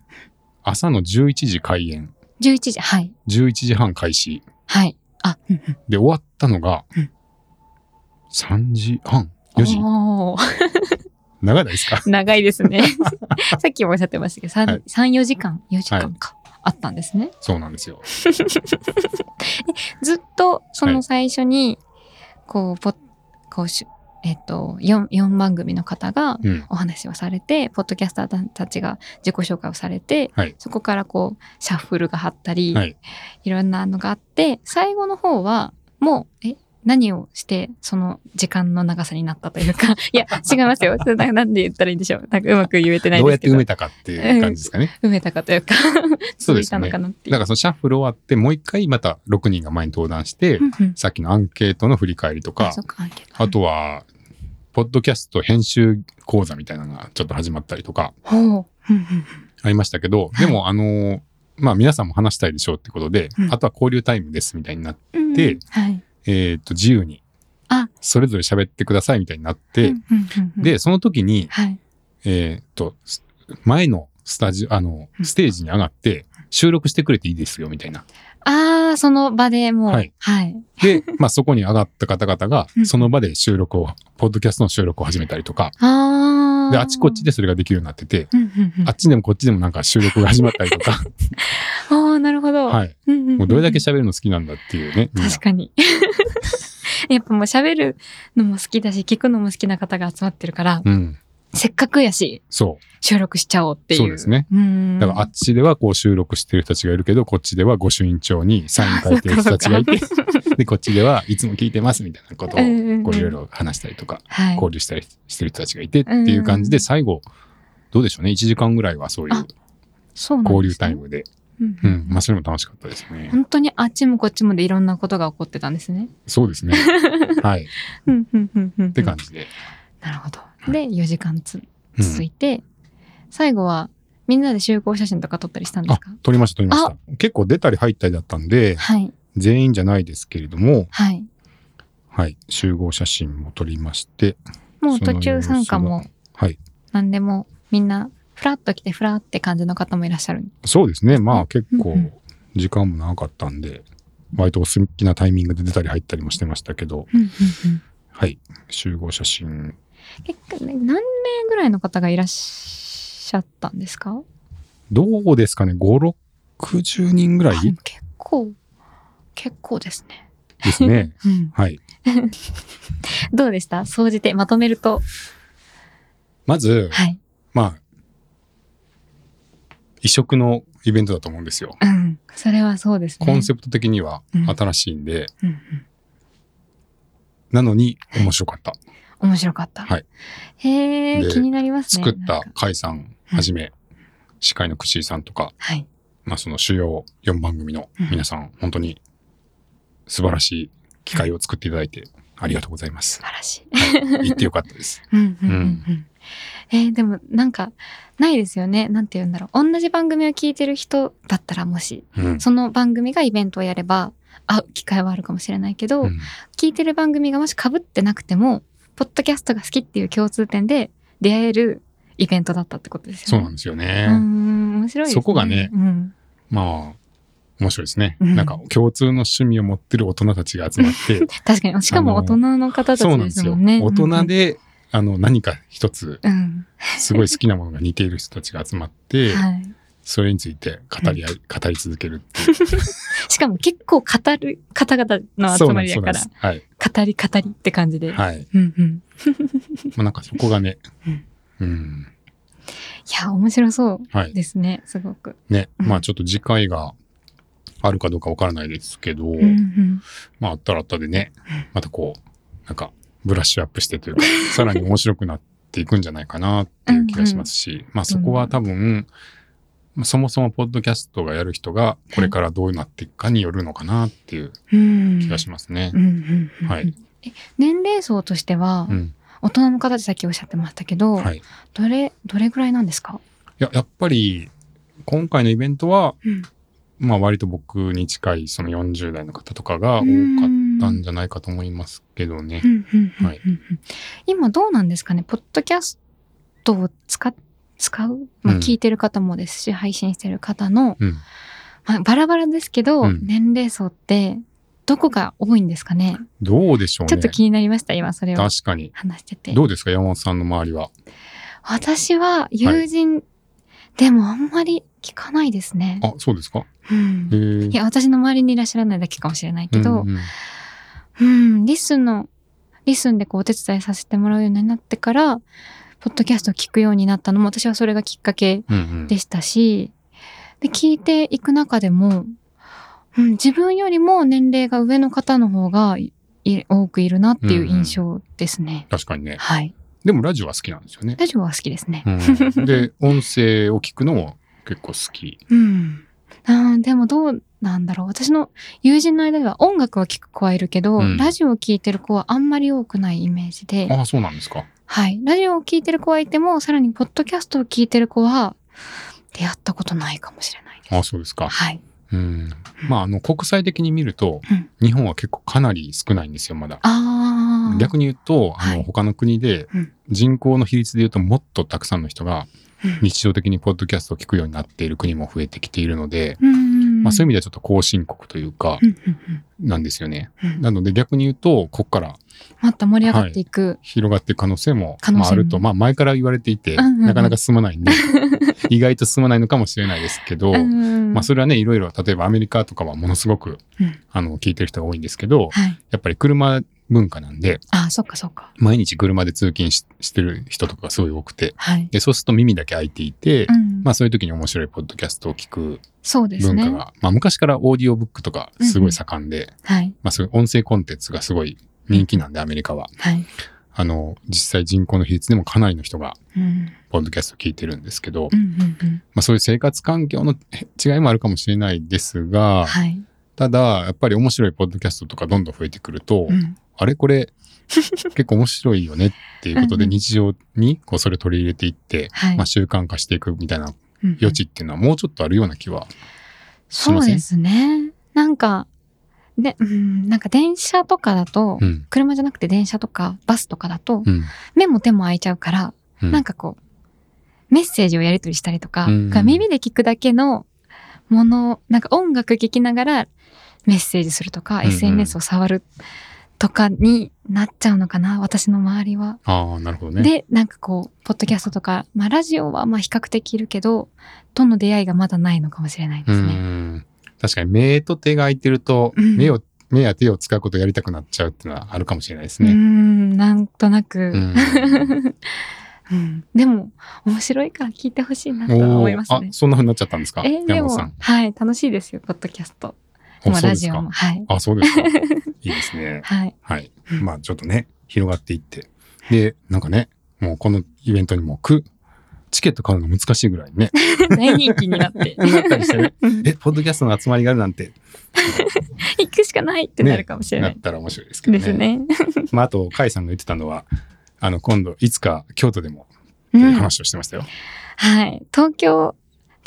A: 朝の11時開演、
B: 11時。はい。
A: 11時半開始。
B: はい。あ、うんうん。
A: で、終わったのが
B: うん、
A: 3時半 ?4 時
B: おー
A: 長いですか
B: 長いで すね。 さっきもおっしゃってましたけど、
A: はい
B: 3、三4時間、4時間か。あったんですね。
A: そうなんですよ。
B: ずっと、そ
A: はい
B: の最初に、こう、ぽ、こうし、えっと、4、四番組の方が、
A: うん。
B: お話をされてポッドキャスターたちが自己紹介をされて、
A: はい
B: そこからこうシャッフルが張ったり、、
A: はいい。
B: ろんなのがあって最後の方はもうえ何をしてその時間の長さになったというかいや違いますよ それななんで言ったらいいんでしょうなんかうまく言え てない
A: どう
B: で
A: やっ
B: す
A: て埋
B: けど
A: めたかっていう感じですかね。
B: 埋めたかというか
A: そう
B: 続
A: で
B: い
A: す
B: た
A: ね
B: のかなってい
A: だか
B: う。
A: らそのシャッフル終わって、もう一回また6人が前に登壇して
B: う、んうん
A: さっきのアンケートの振り返りと
B: あ
A: か
B: そ、っかアンケート
A: あとは、ポッドキャスト編集講座みたいなのがちょっと始まったりとか
B: ほううんうん
A: ありましたけど、でもあのーまあ皆さんも話したいでしょうってことで
B: う、ん
A: あとは交流タイムですみたいになって、
B: うん
A: で
B: はい、
A: えーっと、自由に
B: あ
A: それぞれ喋ってくださいみたいになって、
B: うんうんうんうん、
A: で、その時に、
B: はい。
A: えーっと、す前のスタジオ、あの
B: う、ん
A: ステージに上がって、収録してくれていいですよ、みたいな。
B: ああ、その場でもう、
A: はい
B: はい。
A: で、まあそこに上がった方々が
B: う、ん
A: その場で収録を、ポッドキャストの収録を始めたりとか、
B: ああ。
A: で、あちこちでそれができるようになってて、
B: うんうんうん。
A: あっちでもこっちでもなんか収録が始まったりと か、
B: ああ、なるほど。
A: はい。
B: うんうんんん
A: もうどれだけ喋るの好きなんだっていうね。みんな
B: 確かに。 やっぱもう喋るのも好きだし、聞くのも好きな方が集まってるから、
A: うん。
B: せっかくやし、
A: そ
B: 収録しちゃおうっていう。
A: そうですね。
B: うん。
A: う。だからあっちではこう収録してる人たちがいるけど、こっちでは御朱印帳にサイ ン書いてる人たちがいて、 で、こっちではいつも聞いてますみたいなことを、こういろい
B: ろ。
A: ろ話したりとか、
B: はい。
A: 交流したりしてる人たちがいてっていう感じで、
B: うん
A: 最後、どうでしょうね。1時間ぐらいはそういう
B: あそうなんですね
A: 交流タイ。ムで。
B: うん
A: う
B: うんん。。
A: まあ、それも楽しかったですね。
B: 本当にあっちもこっちもでいろんなことが起こってたんですね。
A: そうです ね。はい。っ
B: うんうんうんうん。って
A: 感。じで。
B: なるほど。
A: い
B: で、4時間つ
A: うん
B: 続いて、最後はみんなで集合写真とか撮ったりしたんですか
A: 撮りました、撮りました。結構出たり入ったりだったんで、
B: はい。
A: 全員じゃないですけれども、
B: はい。
A: はい。集合写真も撮りまして、
B: もう途中参加も
A: はい。
B: 何でもみんなフラッと来てフラって感じの方もいらっしゃる。
A: そうですね。まあ結
B: う
A: 構
B: んうん
A: 時間も長かったんで、割とお好きなタイミングで出たり入ったりもしてましたけど、はい。集合写真。
B: 結構ね何名ぐらいの方がいらっしゃったんですか、
A: どうですかね ?5、60人ぐら
B: あで
A: い
B: も結構結構ですね。
A: ですね。
B: うん、
A: はい。
B: どうでした総じてまとめると。
A: まず、
B: はい。
A: まあ、異色のイベントだと思うんですよ。
B: うん。それはそうですね。
A: コンセプト的には
B: うん
A: 新しいんで、
B: うんうん
A: なのに面白かった。
B: 面白かった。
A: はい。
B: へえ、
A: で
B: 気になりますね。
A: 作っ
B: なん
A: た
B: か
A: 甲斐さんはじめ、司会の串井さんとか、
B: はい。
A: まあその主要4番組の皆さん、本当に素晴らしい機会を作っていただいてありがとうございま
B: 素
A: す。
B: 晴らしい。
A: 行ってよかったです。
B: うんうんうんうんえーでもなんかないですよねなんて言うんだろう同じ番組を聞いてる人だったらもし
A: うん。
B: その番組がイベントをやれば会う機会はあるかもしれないけど、
A: うん
B: 聞いてる番組がもし被ってなくてもポッドキャストが好きっていう共通点で出会えるイベントだったってことです
A: そう
B: よね。
A: なんですよ
B: うー
A: ね。
B: ん面白いです
A: そ
B: ね。
A: こがね
B: うん、
A: まあ、面白いですね。
B: うん
A: なんか共通の趣味を持ってる大人たちが集まって、
B: 確かにしか も大人の方たち
A: そうなん
B: で
A: です
B: す
A: よ。
B: もんね。
A: 大人で、あの、何か一つ、
B: うん、うん
A: すごい好きなものが似ている人たちが集まって、
B: はい、
A: それについて語り合い、語り続けるっ ていう。
B: しかも結構語る方々の集
A: そうな
B: ま
A: んで
B: り
A: す。
B: だ
A: そうな
B: か
A: んで
B: ら
A: す。はい。
B: 語り語りって感じで。
A: はい。
B: うんうん
A: まあ、なんかそこがね
B: うん、
A: うん。
B: いや、面白そ
A: は
B: う
A: い。
B: ですね、すごく。
A: ね。
B: うん
A: まあ、ちょっと次回があるかどうかわからないですけど、
B: うんうん
A: まあ、あったらあったでね、またこう、なんか、ブラッシュアップしてという か、さらに面白くなっていくんじゃないかなっていう気がしますし、まあ、そこは多分、まあそもそもポッドキャストがやる人がこれからどうなっていくかによるのかなっていう
B: うん。
A: 気がしますね
B: う。んうんうん
A: はい。
B: え年齢層としては、
A: うん。
B: 大人の方でさっきおっしゃってましたけど、
A: はい。い
B: どれ、どれぐらいなんですか
A: や、やっぱり、今回のイベントは、
B: うん
A: まあ割と僕に近いその40代の方とかが多かったんじゃないかと思いますけどね
B: う。んうんうんうんうん
A: はい
B: 今どうなんですかねポッドキャストを使っ使う、まあ、
A: うん
B: 聞いてる方もですし、配信してる方の、
A: うん。
B: まあ、バラバラですけど、
A: うん
B: 年齢層ってどこが多いんですかね
A: どうでしょう
B: ちょ
A: ね
B: っと。気になりました今それを
A: 確かに。
B: 話してて
A: どうですか山本さんの周りは。
B: 私は友人、でもあんまり聞かないですね。
A: あ、そうですか
B: うん
A: へえ。
B: いや私の周りにいらっしゃらないだけかもしれないけど、う
A: うんんうん
B: リスンのリスンでこうお手伝いさせてもらうようになってからポッドキャストを聞くようになったのも私はそれがきっかけ
A: うんうん
B: でしたしで聞いていく中でも、うん、自分よりも年齢が上の方の方がいい多くいるなっていう印象ですね。
A: 確かにね。
B: はい。
A: でもラジオは好きなんですよね。
B: ラジオは好きですね。
A: うん、で、音声を聞くのも結構好き。
B: うん。あーでもどうなんだろう。私の友人の間では音楽は聴く子はいるけど、
A: うん
B: ラジオを聴いてる子はあんまり多くないイメージで、
A: ああ、そうなんですか。
B: はい。ラジオを聴いてる子はいても、さらにポッドキャストを聴いてる子は出会ったことないかもしれないです。
A: ああ、そうですか。
B: はい。
A: うん。まあ、あの、国際的に見ると
B: うん、
A: 日本は結構かなり少ないんですよ、まだ。
B: ああ。
A: 逆に言うと、あ
B: はい
A: の、他の国で
B: うん、
A: 人口の比率で言うともっとたくさんの人が
B: うん
A: 日常的にポッドキャストを聞くようになっている国も増えてきているので、
B: うん。
A: まあそういう意
B: う
A: 味ではちょっと後進国というか、
B: 意味。うんうん
A: なんですよね。
B: うんうん
A: なので逆に言うと、ここから
B: また盛り上がっていく。
A: 広がっていく可能性も
B: 可能性も
A: まあ、あると、まあ前から言われていて、
B: うんうんうん
A: なかなか進まない んで、意外と進まないのかもしれないですけど、
B: うん
A: まあそれはね、いろいろ、例えばアメリカとかはものすごく、
B: うん
A: あの、聞いてる人が多いんですけど、
B: はい。
A: やっぱり車文化なんで、
B: ああ、そっかそっか。
A: 毎日車で通勤ししてる人とかがすごい多くて、
B: はい。
A: で、そうすると耳だけ開いていて、
B: うん。
A: まあそういう時に面白いポッドキャストを聞く
B: そうです
A: 文
B: ね。
A: 化が、まあ昔からオーディオブックとかすごい盛んで、
B: はい。
A: まあそういう音声コンテンツがすごい人気なんで、アメリカは。
B: はい。
A: あの、実際人口の比率でもかなりの人が、
B: うん。
A: ポッドキャストを聞いてるんですけど
B: う、んうんうん。
A: まあそういう生活環境のへ違いもあるかもしれないですが、
B: はい。
A: ただ、やっぱり面白いポッドキャストとかどんどん増えてくると、
B: うん。
A: あれこ れ、結構面白いよねっていうこと
B: う
A: で
B: んうん
A: 日常にこうそれ取り入れていって、
B: はい。
A: まあ習慣化していくみたいな
B: うんうん
A: 余地っていうのはもうちょっとあるような気はし
B: そ
A: ま
B: う
A: せ
B: で
A: ん
B: すね。なんか、で、うん、なんか電車とかだと、
A: うん。
B: 車じゃなくて電車とかバスとかだと、
A: うん。
B: 目も手も開いちゃうから、
A: うん
B: なんかこう、メッセージをやり取りしたりとか、
A: うん
B: が耳で聞くだけのもの、なんか音楽聴きながらメッセージするとか、
A: うんうん
B: SNS を触るとかになっちゃうのかな、私の周りは。
A: ああ、なるほどね。
B: で、なんかこう、ポッドキャストとか、まあラジオはまあ比較的いるけど、との出会いがまだないのかもしれないで
A: う
B: すね。
A: ん。確かに目と手が空いてると、
B: うん
A: 目を、目や手を使うことやりたくなっちゃうっていうのはあるかもしれないです
B: うー
A: ね。
B: ん、なんとなく。
A: うん
B: うんでも、面白いから聞いてほしいな とは思います
A: あ
B: ね、。
A: そんな風になっちゃったんですか
B: えーで
A: 山
B: も
A: 本さん。、
B: はい、楽しいですよ、ポッドキャスト。
A: あ
B: まあ
A: そう
B: ラ
A: です
B: ジオも。
A: か。
B: はい。
A: あ、そう ですか。いいですね。
B: はい。
A: はい。
B: うん
A: まあ、ちょっとね、広がっていって。で、なんかね、もうこのイベントにもく、チケット買うのが難しいぐらい ね。
B: 大人気になって。
A: なったりしてね
B: うん
A: え、ポッドキャストの集まりがあるなんて、
B: 行くしかないってなるかもしれな
A: ないっ。たら面白いですけど
B: で
A: ね。
B: すね。
A: まあ、あと、甲斐さんが言ってたのは、あの、今度、いつか京都でも、
B: う
A: っていうん話をしてましたよ。
B: はい。東京、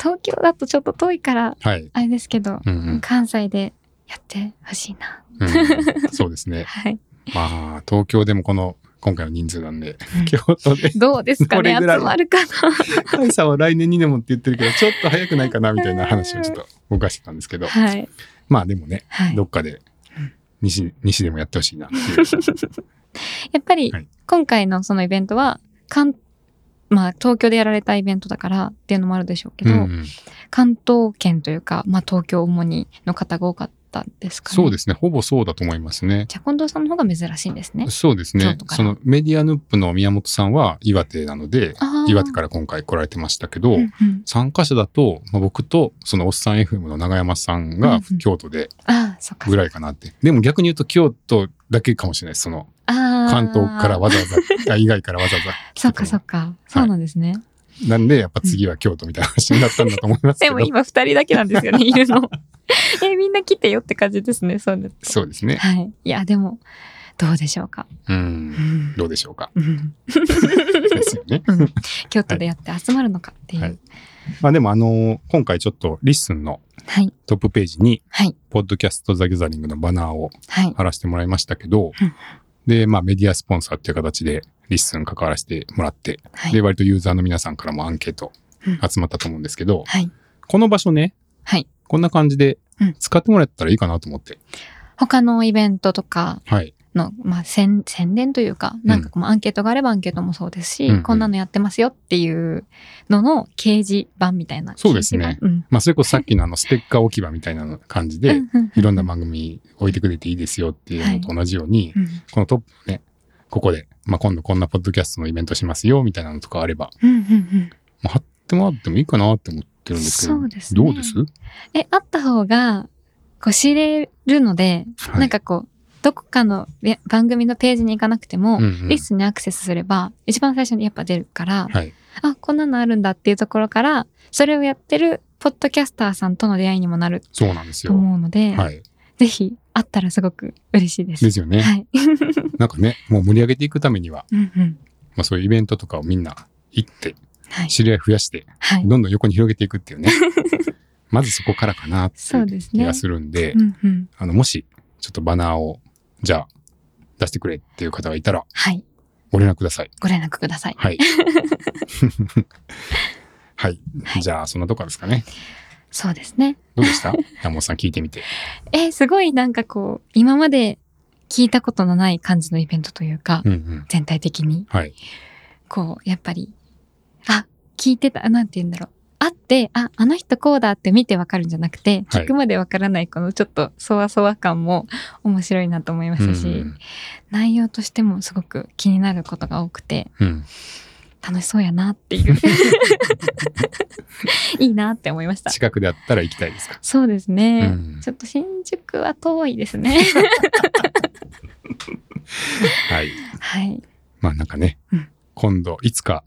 B: 東京だとちょっと遠いから、
A: はい。
B: あれですけど、
A: うんうん
B: 関西でやってほしいな。
A: う ん、そうですね。
B: はい。
A: まあ、東京でもこの、今回の人数なんで、京都で、
B: どうですか
A: こ
B: ね
A: れ
B: 集
A: ぐらい
B: まるかな
A: カイさんは来年にでもって言ってるけど、ちょっと早くないかな、みたいな話をちょっと動かしてたんですけど、
B: はい。
A: まあでもね、
B: はい。
A: どっかで、西、西でもやってほしいなっていう。
B: やっぱり
A: はい
B: 今回のそのイベントは、関まあ、東京でやられたイベントだからっていうのもあるでしょうけ
A: う
B: ど、
A: んうん
B: 関東圏というか、まあ、東京主にの方が多かったんですかね。。
A: そうですすね、ほぼそうだと思いますね。
B: じゃあ近藤さんの方が珍しいんですね。
A: そうです
B: 京
A: ね
B: 都。から
A: そのメディアヌップの宮本さんは岩手なので、
B: あー
A: 岩手から今回来られてましたけど、
B: うんうん
A: 参加者だと、まあ、僕とそのおっさん FM の長山さん
B: う
A: が
B: んうん
A: 京都で
B: ああ、そっかそ
A: ぐ
B: っか。
A: らいかなって。でも逆に言うと京都だけかもしれないです。その
B: ああ。
A: 関東から。わざ わざ、あ以外からわざわざ。
B: そっかそっか。そうなんですね。
A: なんで、やっぱ次は京都みたいな話になったんだと思いますけ
B: で
A: ど
B: も。今二人だけなんですよ ね、いるの。え、みんな来てよって感じですね、そうです。
A: そうですね。
B: はい。いや、でも、どうでしょうか。
A: う。
B: うんん
A: どうでしょうか。
B: うん
A: ですよね。
B: 京都でやって集まるのかっていう。
A: はいまあでも、あのー今回ちょっとリッスンの
B: はい。
A: トップページに、
B: はい。
A: ポッドキャストザ・ギャザリングのバナーを
B: はい。
A: 貼らせてもらいましたけど
B: うん、
A: で、まあメディアスポンサーっていう形でリッスン関わらせてもらって、
B: はい。
A: で、割とユーザーの皆さんからもアンケート
B: うん
A: 集まったと思うんですけど、
B: はい。
A: この場所ね、
B: はい
A: こんな感じで
B: うん
A: 使ってもらったらいいかなと思って。
B: 他のイベントとか
A: はい。
B: の、まあ、宣宣伝というか、なんかこうアンケートがあればアンケートもそうですし、
A: うんうん
B: こんなのやってますよっていうのの掲示板みたいな。
A: そうですね
B: 掲示板。うん。
A: まあそれこそさっきのあのステッカー置き場みたいな感じで
B: う、んうん
A: いろんな番組置いてくれていいですよっていうのと同じように、
B: うん
A: このトップね、ここで、まあ、今度こんなポッドキャストのイベントしますよみたいなのとかあれば、
B: うんうんうん
A: まあ、貼ってもらってもいいかなって思ってるんですけど、
B: そうですね
A: どうです
B: え、あった方が、こう知れるので、
A: はい
B: なんかこう、どこかのえ番組のページに行かなくても、
A: うんうん
B: リストにアクセスすれば、一番最初にやっぱ出るから、
A: はい。
B: あ、こんなのあるんだっていうところから、それをやってるポッドキャスターさんとの出会いにもなる
A: そうなんですよ。
B: と思うので、
A: はい。
B: ぜひあったらすごく嬉しいです。
A: ですよね。
B: はい。
A: なんかね、もう盛り上げていくためには、
B: うんうん。
A: まあ、そういうイベントとかをみんな行って、
B: はい。
A: 知り合い増やして、
B: はい。
A: どんどん横に広げていくっていうね。まずそこからかなってい
B: そうで
A: う
B: すね
A: 気がするんで、
B: うんうん。
A: あの、もし、ちょっとバナーを、じゃあ、出してくれっていう方がいたら、
B: はい。
A: ご連絡ください。
B: ご連絡ください。
A: はい。はい。じゃあ、そんなとこですかね。
B: そうですね。
A: どうでした 山本さん聞いてみて。
B: えーすごいなんかこう、今まで聞いたことのない感じのイベントというか、
A: うんうん。
B: 全体的に、
A: はい。
B: こう、やっぱり、あ、聞いてた、なんて言うんだろう。あって、あ、あの人こうだって見てわかるんじゃなくて、
A: はい
B: 聞くまでわからないこのちょっとそわそわ感も面白いなと思いま
A: う
B: したし、
A: ん
B: 内容としてもすごく気になることが多くて、
A: うん。
B: 楽しそうやなっていう。 いいなって思いました。
A: 近くであったら行きたいですか。
B: そうです
A: う
B: ね。
A: ん。
B: ちょっと新宿は遠いです ね。
A: はい。
B: はい。
A: まあなんかね
B: うん、
A: 今度、いつか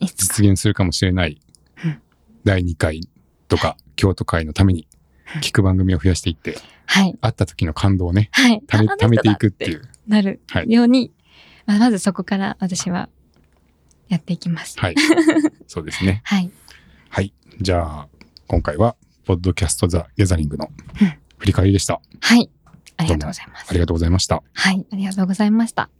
B: いつか
A: 実現するかもしれない
B: うん、
A: 第2回とか、京都会のために、聞く番組を増やしていって、
B: はい。
A: 会った時の感動をね、
B: はい。
A: ため
B: あ
A: ためていくってい。
B: あの人だ
A: う。
B: なる
A: はい
B: ように、まあまずそこから私はやっていきます。
A: はい。そうですね。
B: はい。
A: はい。じゃあ、今回は、ポッドキャスト・ザ・ギャザリングの
B: うん
A: 振り返りでした。
B: はい。ありがとうございます
A: あ。りがとうございました。
B: はい。ありがとうございました。